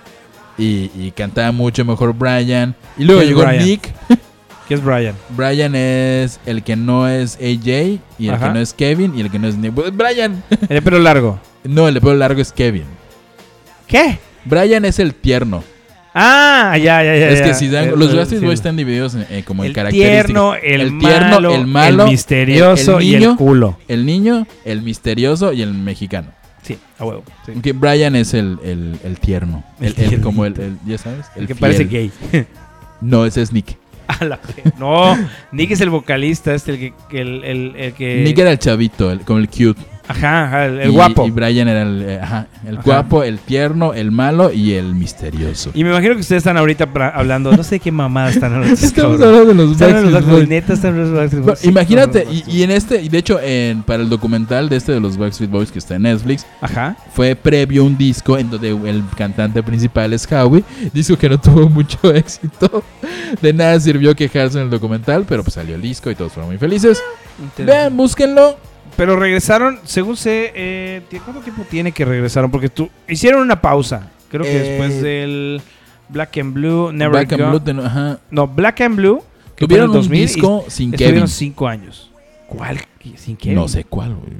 y, y cantaba mucho mejor Brian. Y luego ¿Quién es llegó Brian? Nick. ¿Qué es Brian? Brian es el que no es AJ y el Ajá. que no es Kevin y el que no es Nick. Pues, Brian. <laughs> El de pelo largo. No, el de pelo largo es Kevin. ¿Qué? Brian es el tierno. Ah, ya, ya, ya. es que ya. si dan, El- los el- Backstreet sí, Boys están divididos en, eh, como en El características. tierno, el, tierno, malo, el malo, el misterioso el- el y el niño. culo. El niño, el misterioso y el mexicano. Sí, a huevo. sí. Que Brian es el, el, el tierno. El El, el- tiernito. como el, el- ya sabes. El, que parece fiel. gay. <laughs> No, ese es Nick. A la fe- No, Nick es el vocalista, este, el que. que El, el- el que Nick era el chavito, el- como el cute. Ajá, ajá, el, el Y- guapo. Y Y, Brian era el, eh, ajá, el Ajá. guapo, el tierno, el malo y el misterioso. me imagino que ustedes están ahorita pra- hablando, no sé qué mamada están <laughs> hablando. estos Estamos cabrones. hablando de los Están hablando de los Backstreet Boys. Boys, neta, están hablando de los Backstreet Pero Boys. Imagínate, y, y en este, y de hecho, en- para el documental de este de los Backstreet Boys que está en Netflix, Ajá. fue previo un disco en donde el cantante principal es Howie, disco que no <laughs> tuvo mucho éxito. De nada sirvió quejarse en el documental, pero pues salió el disco y todos fueron muy felices. Vean, búsquenlo. Pero regresaron, según sé, eh, ¿tie- ¿cuánto tiempo tiene que regresaron? Porque tú, hicieron una pausa. Creo que Eh, después del Black and Blue, Never Black and Go- Blue, ten- ajá. No, Black and Blue. que fue en el Tuvieron un 2000 y disco sin estuvieron Kevin. cinco años. ¿Cuál? ¿Sin Kevin? No sé cuál, güey.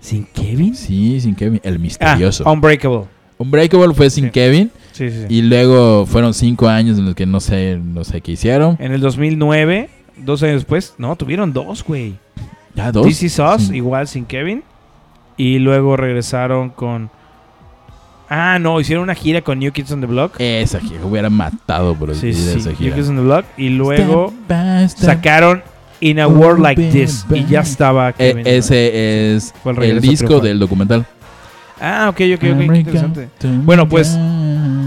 ¿Sin Kevin? Sí, sin Kevin. El Ah, misterioso. Unbreakable. Unbreakable fue sin Sí. Kevin. Sí, sí, sí. Y luego fueron cinco años en los que no sé, no sé qué hicieron. En el 2009, dos años después, no, tuvieron dos, güey. Ya dos. Mm. This Is Us, Sí. igual sin Kevin. Y luego regresaron con. Ah, no, hicieron una gira con New Kids on the Block. Esa gira hubiera matado por sí, ir a sí, esa New Eh, gira. Kids on the Block. Y luego Step by step. sacaron In a World Like This. Y ya estaba E- Kevin. ese es Fue el el regreso disco triunfal. del documental. Ah, ok, ok, ok. qué interesante. Bueno, pues,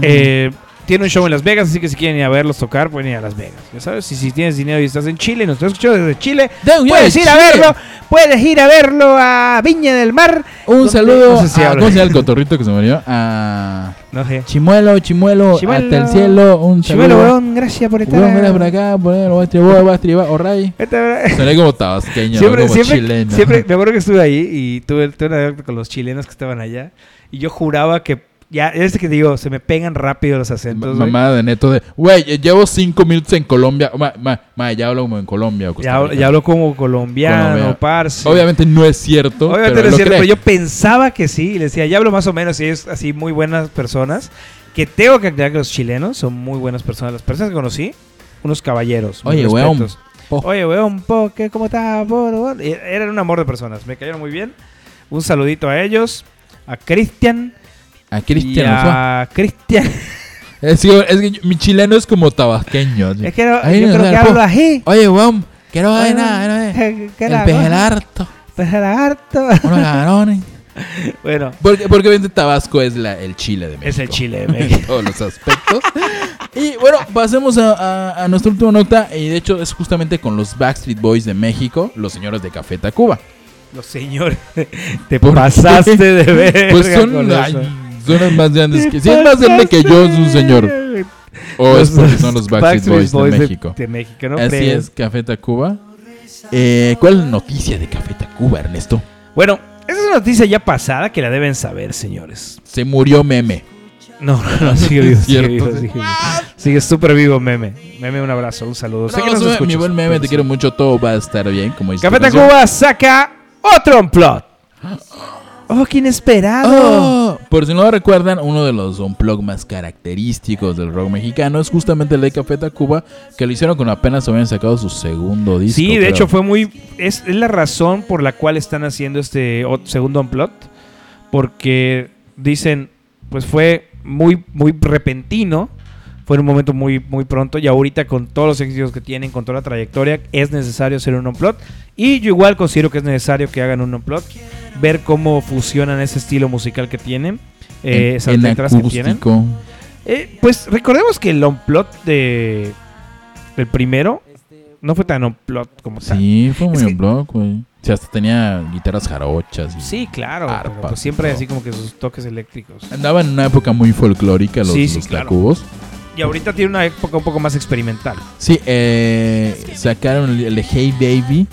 Eh, tiene un show en Las Vegas, así que si quieren ir a verlos tocar, pueden ir a Las Vegas. Ya sabes, y si tienes dinero y estás en Chile, nos estás escuchando desde Chile, Down here, puedes ir a Chile. verlo, puedes ir a verlo a Viña del Mar. Un no- saludo no sé si a, hablo. ¿cómo se llama el cotorrito que se murió? A No sé. Chimuelo, Chimuelo, Chimuelo. Oh, hasta el cielo, un Chimuelo, saludo. weón, gracias por estar. Weón, mira por acá, por ahí, lo voy a estribar, voy a estribar, orray. Esta- <laughs> Soné como tabasqueño, ¿no? siempre, como siempre, chileno. siempre, me acuerdo que estuve ahí y tuve, tuve una anécdota con los chilenos que estaban allá. Y yo juraba que, ya, es que te digo, se me pegan rápido los acentos. Ma- güey. mamada de neto de, güey, eh, llevo cinco minutos en Colombia. Ma, ma- ma, ya hablo como en Colombia. o Costa ya, hablo- Rica. ya hablo como colombiano, Colombia. parce. Obviamente no es cierto. Obviamente pero no él es lo cierto, cree. pero yo pensaba que sí. Y le decía, ya hablo más o menos. Y ellos, así, muy buenas personas. Que tengo que aclarar que los chilenos son muy buenas personas. Las personas que conocí, unos caballeros. mis Oye, weón, respetos. po. Oye, weón, po, ¿qué, ¿cómo estás? po, no, po? E- Eran un amor de personas. Me cayeron muy bien. Un saludito a ellos, a Cristian. A Y Cristian Ochoa. a <laughs> Cristian. Es que, es que yo- mi chileno es como tabasqueño. así. Es que no- Ay, yo no, creo no, que po. hablo así. Oye, weón, quiero ver Oye, nada, nada, <laughs> nada. eh, ¿qué la El pez cosa? del harto. Pez del <laughs> harto. Unos cabrones. Bueno, Porque, porque obviamente Tabasco es la, el Chile de México. es el chile de <laughs> en México. todos los aspectos. Y bueno, pasemos a, a- a nuestra última nota. Y de hecho, es justamente con los Backstreet Boys de México, los señores de Café Tacuba. Los señores, <laughs> te ¿Por qué? pasaste de ver. <laughs> Pues son, ay, son los más grandes. Que, si es más grande que yo, es un señor. O es porque son los Backstreet, Boys, de México. De, México, ¿no? Así crees? es, Café Tacuba. Eh, ¿Cuál noticia de Café Tacuba, Ernesto? Bueno, esa es una noticia ya pasada que la deben saber, señores. Se murió meme. No, no, no, sigue <laughs> vivo, Es sigue cierto. vivo, sigue vivo. Sigue súper vivo, meme. Meme, un abrazo, un saludo. Sé que No, nos sube- mi escuchas, buen meme, pero te sí. quiero mucho, todo va a estar bien. Como dice Café tu canción. Tacuba saca otro unplot. ¡Oh, qué inesperado! Oh, por si no lo recuerdan, uno de los unplug más característicos del rock mexicano es justamente el de Café Tacuba, que lo hicieron cuando apenas habían sacado su segundo disco. sí, de creo. hecho fue muy... Es, es la razón por la cual están haciendo este ot- segundo unplot. Porque dicen, pues fue muy, muy repentino. Fue en un momento muy, muy pronto. Y ahorita con todos los éxitos que tienen, con toda la trayectoria, es necesario hacer un unplot. Y yo igual considero que es necesario que hagan un unplot. Ver cómo fusionan ese estilo musical que tienen. eh, esas en letras que tienen. acústico. Eh, pues recordemos que el onplot de el primero no fue tan onplot como tal. Sí, fue muy Es que- unplug, güey. O sea, hasta tenía guitarras jarochas. y- Sí, claro, Arpa, pero pues siempre todo. así como que sus toques eléctricos. Andaba en una época muy folclórica los, Sí, sí, los claro. Tacubos. Y ahorita tiene una época un poco más experimental. Sí, eh, sacaron el, el de Hey Baby.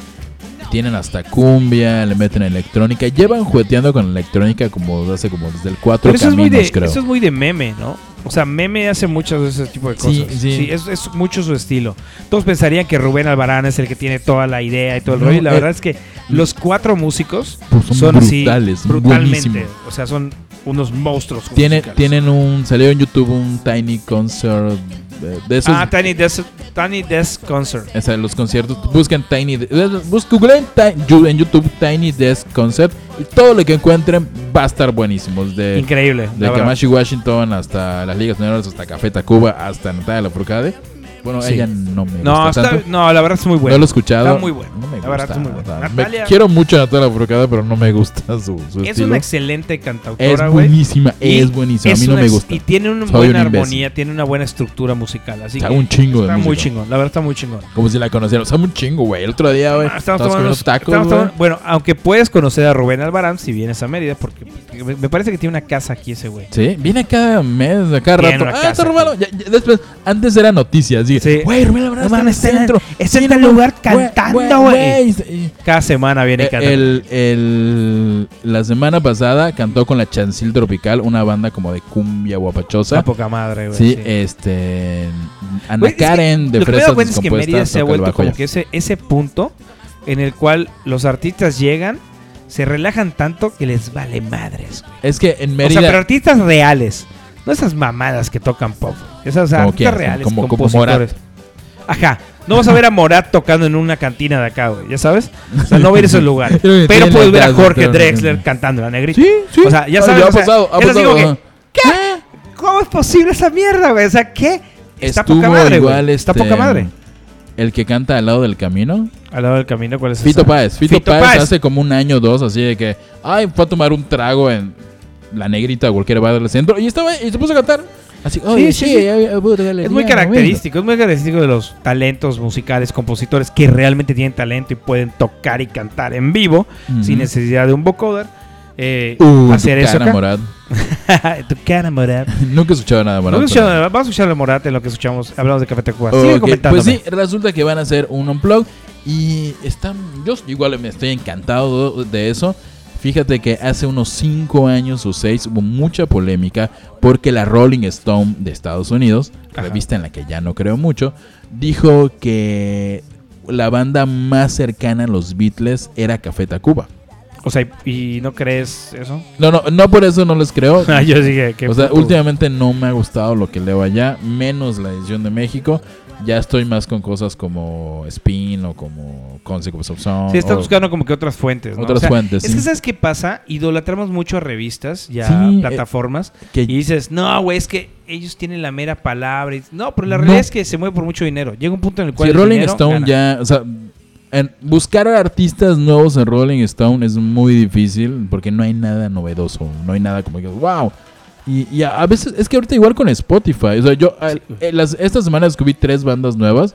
Tienen hasta cumbia, le meten electrónica. Llevan jugueteando con electrónica como hace como desde el 4 Pero eso es, caminos, muy de, creo. eso es muy de meme, ¿no? O sea, meme hace muchas de ese tipo de cosas. Sí, Sí, sí. es, es mucho su estilo. Todos pensarían que Rubén Albarán es el que tiene toda la idea y todo el No, rollo. Y la eh, verdad es que los cuatro músicos Pues son son, brutales, así brutalmente. buenísimos. O sea, son unos monstruos. Tiene- musicales. tienen un. Salió en YouTube un Tiny Concert. De, de esos. Ah, Tiny Desk, Tiny Desk Concert. o sea, los conciertos. Busquen Tiny. De- Bus, googleen ti- yu- en YouTube Tiny Desk Concert. Y todo lo que encuentren va a estar buenísimo. De, Increíble. la de verdad. Kamashi Washington hasta las Ligas Menores, hasta Café Tacuba, hasta Natalia Lafourcade. Bueno, Sí. ella no me No, gusta está- tanto. no, la verdad es muy bueno. no lo he escuchado. Está muy bueno. No me La verdad, gusta. está muy bueno. Me Natalia- quiero mucho a Natalia Brocada, pero no me gusta <laughs> su, su es estilo. una excelente es cantautora, güey. buenísima, Y es buenísima. es a mí no una me ex- gusta. Y tiene una Soy un buena imbécil. armonía, tiene una buena estructura musical. Así Está que un chingo de está muy música. chingón. La verdad está muy chingón. Como si la conociera. O sea, un chingo, güey. El otro día, güey. Ah, Estamos comiendo unos- tacos, estamos güey. tomando- bueno, aunque puedes conocer a Rubén Albarán si vienes a Mérida, porque porque me me parece que tiene una casa aquí ese güey. Sí, viene cada mes, a cada Tiene rato. una Ah, casa, está Rubén. güey. Ya- ya- después, antes era noticias. Sí. Dije, güey, Rubén Albarán No está en el mames, está en el- centro. es Sí, en no tal mames. lugar Güey, cantando, güey. Y- Cada semana viene Eh, cantando. El, el- la semana pasada cantó con la Chancil Tropical, una banda como de cumbia guapachosa. Está poca madre, güey. Sí, sí. eh, este. Ana Güey, es que Karen de lo que me he dado Fresas cuenta es que Mérida Descompuestas. se ha toca el vuelto bajo como ya. que ese, ese punto en el cual los artistas llegan, se relajan tanto que les vale madres. güey. Es que en O sea, pero Mérida. artistas reales, no esas mamadas que tocan pop. Esas o sea, Como artistas quién, reales, como- como compositores. Ajá, no vas a ver a Morat tocando en una cantina de acá, güey, ya sabes. O sea, no ver esos lugares. <laughs> Creo que Pero tiene puedes ver a las- Jorge pero- Drexler cantando la negrita. Sí, sí. O sea, ya Ah, sabes. ha o sea, pasado, ha es así como pasado. que, ¿qué? ¿Eh? ¿Cómo es posible esa mierda, güey? O sea, ¿qué? Está Estuvo poca madre, güey. igual Está este, poca madre. El que canta al lado del camino. Al lado del camino, ¿cuál es Fito esa? Páez. Fito, Fito Páez, Páez. hace como un año o dos, así de que, ay, fue a tomar un trago en la negrita o cualquier bar del centro. Y estaba y se puso a cantar. Así, oye, sí, sí, sí. ay, ay, puta, galería, Es muy momento". característico, es muy característico de los talentos musicales, compositores que realmente tienen talento y pueden tocar y cantar en vivo Ujú. sin necesidad de un vocoder. eh, Uh, hacer tu eso. cara, acá. Morat. <laughs> tu cara, Morat. <laughs> Nunca he escuchado nada de Morat. Vamos a pero- escuchar- vamos a escuchar a Morat en lo que escuchamos. Hablamos de Café Tacuba. Ok, Sigue comentándome. Pues sí, resulta que van a hacer un unplug y están, yo igual me estoy encantado de eso. Fíjate que hace unos 5 años o 6 hubo mucha polémica porque la Rolling Stone de Estados Unidos, Ajá. revista en la que ya no creo mucho, dijo que la banda más cercana a los Beatles era Café Tacuba. O sea, ¿y y no crees eso? <laughs> No, no, no por eso no les creo. Ah, Yo dije que. O sea, últimamente no me ha gustado lo que leo allá, menos la edición de México. Ya estoy más con cosas como Spin o como Consequence of Sound. Sí, estás o- buscando como que otras fuentes. ¿no? Otras O sea, fuentes, Es sí. que, ¿sabes qué pasa? Idolatramos mucho a revistas y a Sí, eh, plataformas. que- Y dices, no, güey, es que ellos tienen la mera palabra. y- No, pero la realidad No. es que se mueve por mucho dinero. Llega un punto en el cual. Si el Rolling dinero Stone gana. ya. O sea, en- buscar artistas nuevos en Rolling Stone es muy difícil porque no hay nada novedoso. No hay nada como que, wow. Y, y a a veces es que ahorita igual con Spotify. O sea, yo al- eh, las- esta semana descubrí tres bandas nuevas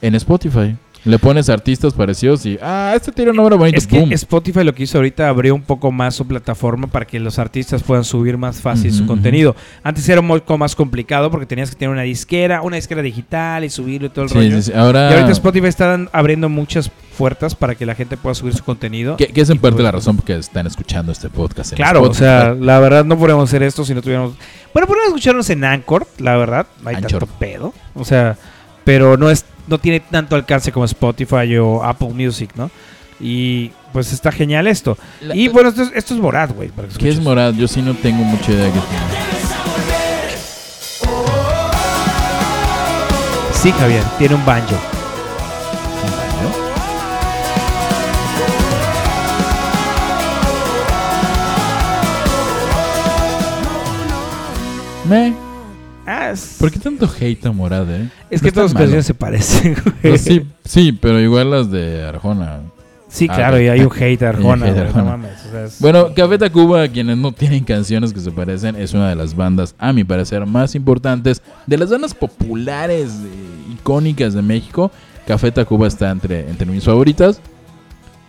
en Spotify. Le pones artistas parecidos y, ah, este tiene un nombre bonito. Es que boom. Spotify lo que hizo ahorita abrió un poco más su plataforma para que los artistas puedan subir más fácil Ujú, su ujú. contenido. Antes era un poco más complicado porque tenías que tener una disquera, una disquera digital y subirlo y todo el Sí, rollo. sí, Ah. sí. Ahora, Y ahorita Spotify está dan- abriendo muchas puertas para que la gente pueda subir su contenido. que, que es en parte la razón por que están escuchando este podcast. en Claro, o Spotify. sea, la verdad no podríamos hacer esto si no tuviéramos. Bueno, podríamos escucharnos en Anchor, la verdad, no hay Anchor. tanto pedo. O sea, pero no es, no tiene tanto alcance como Spotify o Apple Music, ¿no? Y pues está genial esto. La- y bueno, esto es, esto es Morat, güey. para que ¿Qué es escuches. Morad? Yo sí no tengo mucha idea. Que... Sí, Javier, tiene un banjo. Me, Ah, es, ¿Por qué tanto hate a Morad, eh? es No que está todas las malo. canciones se parecen, güey. No, sí, sí, pero igual las de Arjona. Sí, Ah, claro, ok. y hay un hate <laughs> de Arjona, hate de güey, no Arjona. mames, o sea, es- Bueno, Café Tacuba, quienes no tienen canciones que se parecen, es una de las bandas, a mi parecer, más importantes. De las bandas populares, eh, icónicas de México, Café Tacuba está entre, entre mis favoritas.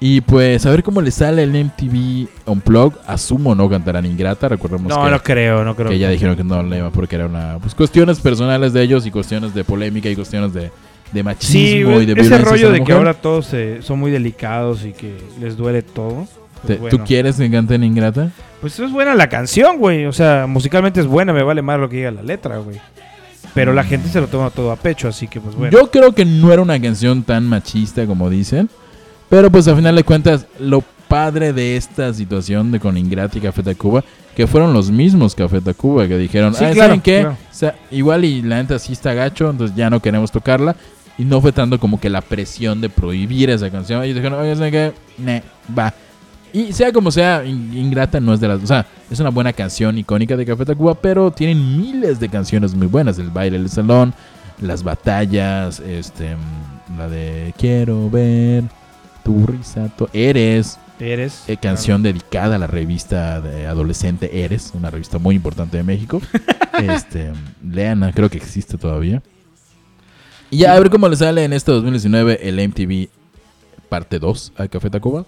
Y pues, a ver cómo le sale el MTV Unplugged. Asumo no cantarán Ingrata, recordemos no, que, no creo, no creo. que ya dijeron que no le iba porque era una... Pues cuestiones personales de ellos y cuestiones de polémica y cuestiones de, de Sí, machismo güey, y de ese violencia hacia rollo la de que mujer. ahora todos se- son muy delicados y que les duele todo. Te- Pues, ¿Tú bueno. quieres que canten Ingrata? Pues es buena la canción, güey. O sea, musicalmente es buena, me vale más lo que diga la letra, güey. Pero la gente se lo toma todo a pecho, así que pues bueno. Yo creo que no era una canción tan machista como dicen. Pero pues a final de cuentas, lo padre de esta situación de con Ingrata y Café Tacuba, que fueron los mismos Café Tacuba que dijeron, Sí, "Ah, claro, ¿saben qué? claro. O sea, igual y la neta sí está gacho, entonces ya no queremos tocarla. Y no fue tanto como que la presión de prohibir esa canción. Ellos dijeron, oye, ¿saben qué? Ne, va. Y sea como sea, In- Ingrata no es de las... O sea, es una buena canción icónica de Café Tacuba, pero tienen miles de canciones muy buenas. El baile del salón, las batallas, este, mm, la de quiero ver tu risa, to- eres, Eres. eh, canción dedicada a la revista de adolescente Eres, una revista muy importante de México. este, leana, creo que existe todavía. Y ya a ver cómo le sale en este 2019 el MTV parte 2 a Café Tacuba.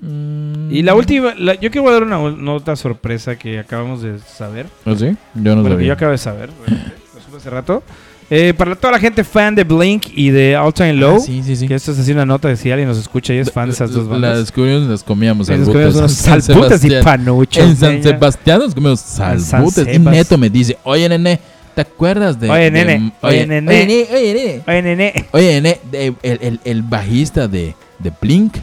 Mm. Y la última, la- yo quiero dar una ul- nota sorpresa que acabamos de saber. ¿Ah, sí? Yo bueno, no que yo sabía. acabo de saber, realmente, lo supe hace rato. Eh, para toda la gente fan de Blink y de All Time Low, Ah, sí, sí, sí. que esto es así una nota de si alguien nos escucha y es fan de esas dos bandas. Las curiosas las comíamos Esas albutes cosas son en San salputas y Sebastián. panuchos. En San leña. Sebastián nos comemos San salbutes. Y Sebas. Neto me dice, oye, nene, ¿te acuerdas de... Oye, de- nene, oye, nene. Oye, nene, oye, nene. Oye, nene. Oye, nene, de- el, el- el bajista de, de Blink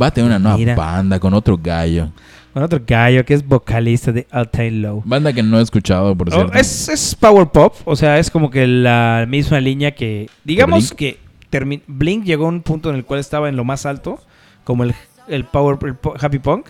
va a tener una nueva Mira. banda con otro gallo. Con otro gallo que es vocalista de All Time Low. Banda que no he escuchado, por Oh, cierto. es, es power pop, o sea, es como que la misma línea que... Digamos que termi- Blink llegó a un punto en el cual estaba en lo más alto, como el, el power el po- happy punk.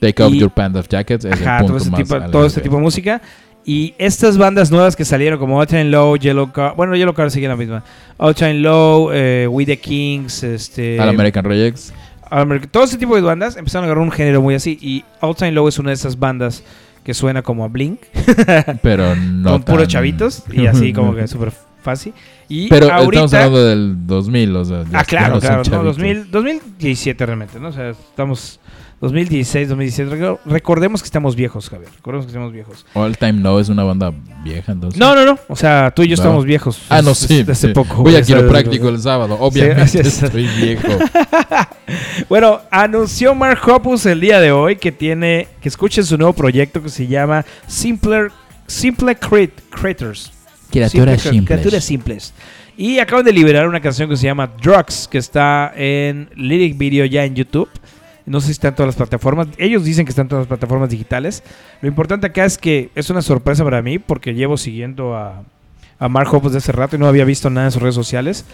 Take off y- your pants of jackets. Es Ajá, el todo punto ese más tipo, alegre. todo ese tipo de música. Y estas bandas nuevas que salieron, como Out and Low, Yellow Card, bueno, Yellow Card sigue la misma. Out and Low, eh, We the Kings, este. Al American Rejects. All American- todo ese tipo de bandas empezaron a agarrar un género muy así. Y Out and Low es una de esas bandas que suena como a Blink, <laughs> Pero no con puros tan- chavitos, y <laughs> así como que súper fácil. Y Pero ahorita. estamos hablando del 2000, o sea. ya- Ah, ya claro, no son claro. no, chavitos. 2000 2017 realmente, ¿no? O sea, estamos. 2016, 2017. Recor- Recordemos que estamos viejos, Javier. Recordemos que estamos viejos. All Time Low es una banda vieja, entonces. No, no, no. O sea, tú y yo No. estamos viejos. Ah, no, Es- sí. es- Hace sí. poco. Voy a güey, quiropráctico ¿sabes? el sábado. Obviamente así es. estoy <laughs> viejo. Bueno, anunció Mark Hoppus el día de hoy que tiene. Que escuchen su nuevo proyecto que se llama Simpler, Simple Crit, Creators. Criaturas Simple- simples. Criaturas simples. Y acaban de liberar una canción que se llama Drugs, que está en Lyric Video ya en YouTube. No sé si está en todas las plataformas. Ellos dicen que están en todas las plataformas digitales. Lo importante acá es que es una sorpresa para mí porque llevo siguiendo a, a Mark Hoppus de hace rato y no había visto nada en sus redes sociales.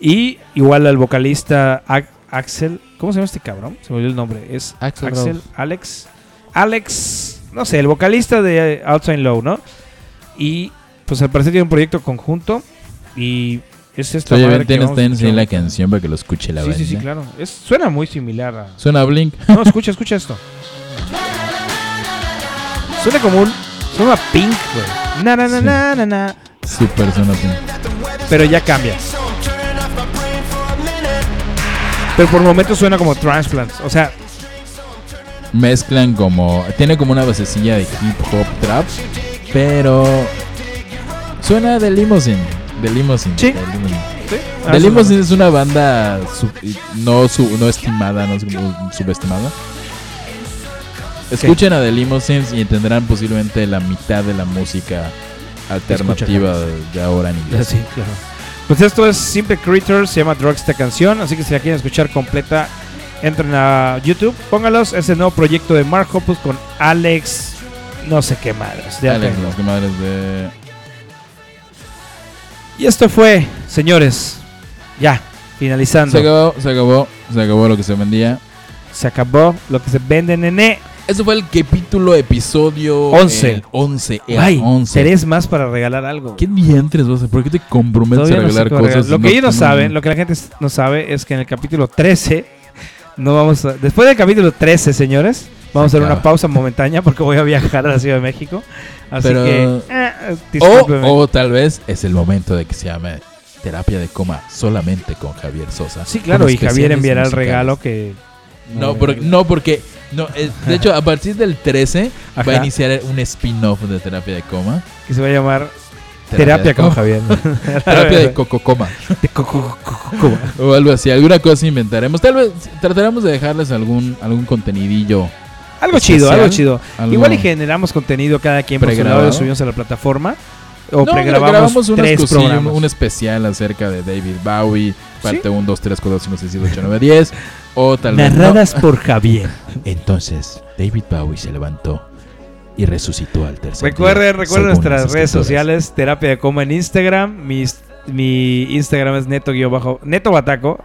Y igual al vocalista A- Axel. ¿Cómo se llama este cabrón? Se me olvidó el nombre. Es Axel Rose. Alex. Alex, no sé, el vocalista de Outside Low, ¿no? Y pues al parecer tiene un proyecto conjunto y es esta Oye, madre ven, que tienes vamos a que enseñar la escuchar. canción para que lo escuche la Sí, banda. sí, sí, claro. Es- suena muy similar a... Suena a Blink. <laughs> No, escucha, escucha esto. Suena como un... Suena a Pink, güey. Na, na, na, Sí. na, na, na. Super suena a Blink. Pero ya cambia. Pero por momentos suena como Transplants. O sea, Mezclan como. Tiene como una basecilla de hip hop trap. Pero. Suena de Limousine. De Limousine. Sí. De Limousine, ¿sí? The Ah, Limousine es una banda sub- no, su- no estimada, no sub- subestimada. Escuchen a The Limousines y entenderán posiblemente la mitad de la música alternativa de ahora en inglés. <laughs> Sí, claro. Pues esto es Simple Creatures, se llama Drugs esta canción, así que si la quieren escuchar completa, entren a YouTube, póngalos, es el nuevo proyecto de Mark Hoppus con Alex, no sé qué madres. de Alex, Alten. las comadres de Y esto fue, señores, ya, finalizando. Se acabó, se acabó, se acabó lo que se vendía. Se acabó lo que se vende, nene. Eso fue el capítulo, episodio Once. eh, 11. era Ay, 11. tenés más para regalar algo. ¿Qué diantres vas a hacer? ¿Por qué te comprometes Todavía a no sé regalar qué va a cosas? regalar. Lo si que ellos no tú saben, lo que la gente s- no sabe es que en el capítulo 13 no vamos a, después del capítulo 13, señores, vamos a hacer una acaba. pausa momentánea porque voy a viajar a la Ciudad de México. Así Pero- que eh, discúlpeme. O, o tal vez es el momento de que se llame terapia de coma solamente con Javier Sosa. sí, claro, Con y Javier especiales enviará el musicales. regalo que No, por- no porque. No, es- de hecho, a partir del 13 va a Ajá. iniciar un spin-off de terapia de coma. que se va a llamar terapia, de con coma. Javier. <laughs> <laughs> Terapia de cococoma. De co- co- co- co- O algo así, alguna cosa inventaremos. Tal vez trataremos de dejarles algún, algún contenidillo. Algo chido, Especial, algo chido. Pues algo- Igual y generamos contenido cada quien por su lado, Pregrabado. lo subimos a la plataforma o No, pregrabamos unas tres cosillas, programas. un especial acerca de David Bowie, parte ¿Sí? 1, 2, 3, 4, 5, 6, 7, 8, 9, 10. O tal vez. no. Narradas por Javier. <laughs> Entonces, David Bowie se levantó y resucitó al tercer Recuerden, recuerden nuestras redes sociales, Terapia de Coma en Instagram. Mi, mi Instagram es neto-bataco.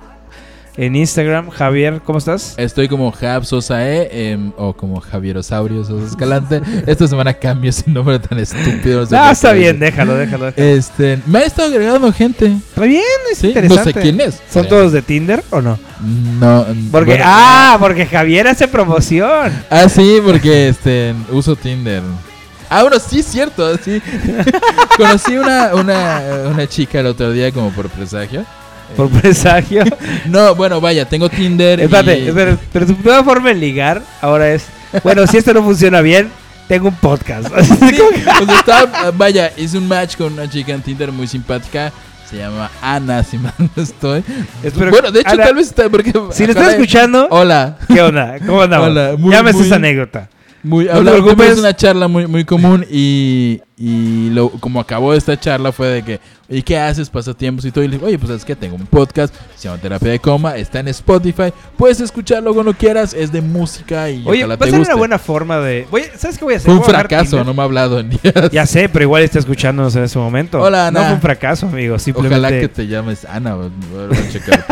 en Instagram. Javier, ¿cómo estás? Estoy como Jab Sosae em, o como Javierosaurio Sosa Escalante. Esta semana cambio ese nombre tan estúpido. no sé Ah, por está qué. bien, déjalo, déjalo. déjalo. Este, me ha estado agregando gente. Está bien, es Sí, no interesante. sé quién es. ¿Son Eh, todos de Tinder o no? No. Porque, bueno. ah, porque Javier hace promoción. Ah, sí, porque este uso Tinder. Ah, bueno, sí, es cierto, sí. <laughs> Conocí una, una, una chica el otro día como por presagio. Por presagio. <laughs> No, bueno, vaya, tengo Tinder. y- Espérate, espérate, pero tu nueva forma de ligar ahora es, bueno, si esto no funciona bien, tengo un <laughs> podcast. Sí, o sea, estaba- ah, vaya, hice un match con una chica en Tinder muy simpática. Se llama Ana, si mal no estoy. Espero bueno, que- de hecho, Ana, tal vez está porque. si lo acaba estás de- escuchando, Hola. ¿qué onda? ¿Cómo andamos? Hola, muy, ya me haces muy- esa anécdota. Muy, No te hablamos, preocupes. tuvimos una charla muy, muy común y, y lo, como acabó esta charla fue de que, ¿y qué haces? Pasatiempos y todo. Y le dije, oye, pues es que tengo un podcast, se llama Terapia de Coma, está en Spotify, puedes escucharlo cuando quieras, es de música y Oye, va ojalá a te ser guste. una buena forma de... Voy- ¿Sabes qué voy a hacer? Fue un Voy a bajar fracaso, Tinder. no me ha hablado <laughs> en días. Ya sé, pero igual está escuchándonos en ese momento. Hola, Ana. No fue un fracaso, amigo. Simplemente Ojalá que te llames Ana, voy a <laughs> checar.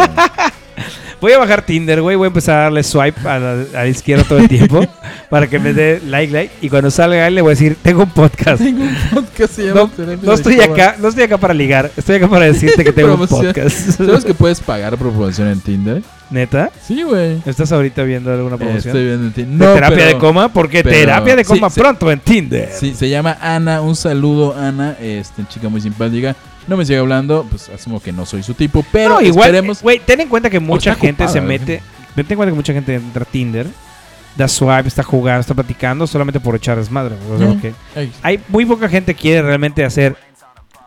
voy a bajar Tinder, güey. Voy a empezar a darle swipe a la, a la izquierda <laughs> todo el tiempo para que me dé like, like. Y cuando salga él, le voy a decir: Tengo un podcast. <laughs> tengo un podcast, se llama No, Terapia no de estoy Coma. acá, no estoy acá para ligar. Estoy acá para decirte que <laughs> tengo un Promoción. podcast. ¿Sabes que puedes pagar por promoción en Tinder? <laughs> ¿Neta? Sí, güey. ¿Estás ahorita viendo alguna Eh, promoción? Estoy viendo en Tinder. ¿De No, terapia pero- de coma? Porque pero- terapia de sí, coma sí. pronto en Tinder. Sí, se llama Ana, un saludo Ana, este chica muy simpática. No me sigue hablando, pues asumo que no soy su tipo, pero no, igual, esperemos. eh, güey, ten en cuenta que mucha está gente se ocupada, ¿eh? mete, ten en cuenta que mucha gente entra a Tinder, da swipe, está jugando, está platicando solamente por echar desmadre. o sea, Mm. que Ay, hay muy poca gente que quiere realmente hacer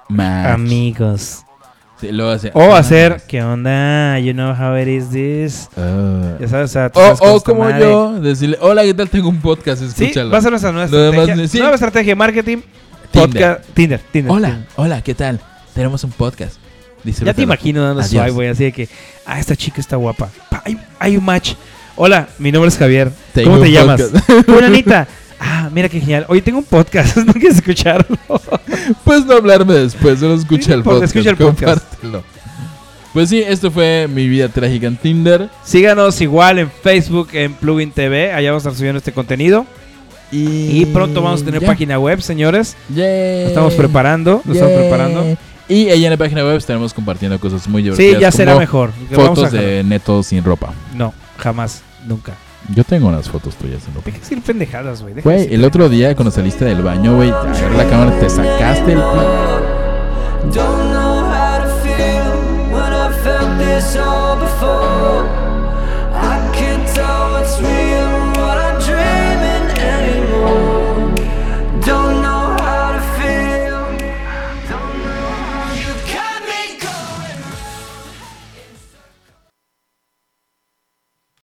match. amigos Sí, luego hace- o ah, hacer qué onda, you know how it is this. ah. Ya sabes, o, sea, tú O, sabes cómo o esta como madre. yo, decirle, hola, ¿qué tal? Tengo un podcast, Sí, escúchalo. va a ser nuestra nueva Lo demás estrategia. no es- sí. Nueva estrategia de marketing, Tinder. podcast, Tinder, Tinder. Tinder. Hola, hola, ¿qué tal? Tenemos un podcast. Ya te Disfrútalo. imagino dando Adiós. swipe, güey, así de que, ah, esta chica está guapa. Pa, hay, hay un match. Hola, mi nombre es Javier. Tengo ¿Cómo te un llamas? podcast. <laughs> Fulanita. Ah, mira qué genial. Oye, tengo un podcast, <laughs> no quieres escucharlo. Pues no hablarme después, solo escucha Sí, el porque podcast. escucha el podcast. compártelo. Pues sí, esto fue mi vida trágica en Tinder. Síganos igual en Facebook, en Plugin TV, allá vamos a estar subiendo este contenido. Y, Y pronto vamos a tener Eh, ya. Eh, página web, señores. Lo Yay. estamos preparando, lo estamos Yay. preparando. Y ahí en la página web estaremos compartiendo cosas muy divertidas. Sí, ya será como mejor. Vamos a- Fotos de neto sin ropa. No, jamás, nunca. Yo tengo unas fotos tuyas sin ropa. Deja de decir pendejadas, güey. deja de Güey, el otro día cuando saliste del baño, güey, agarré la cámara, te sacaste el. Don't know how to feel when I felt this all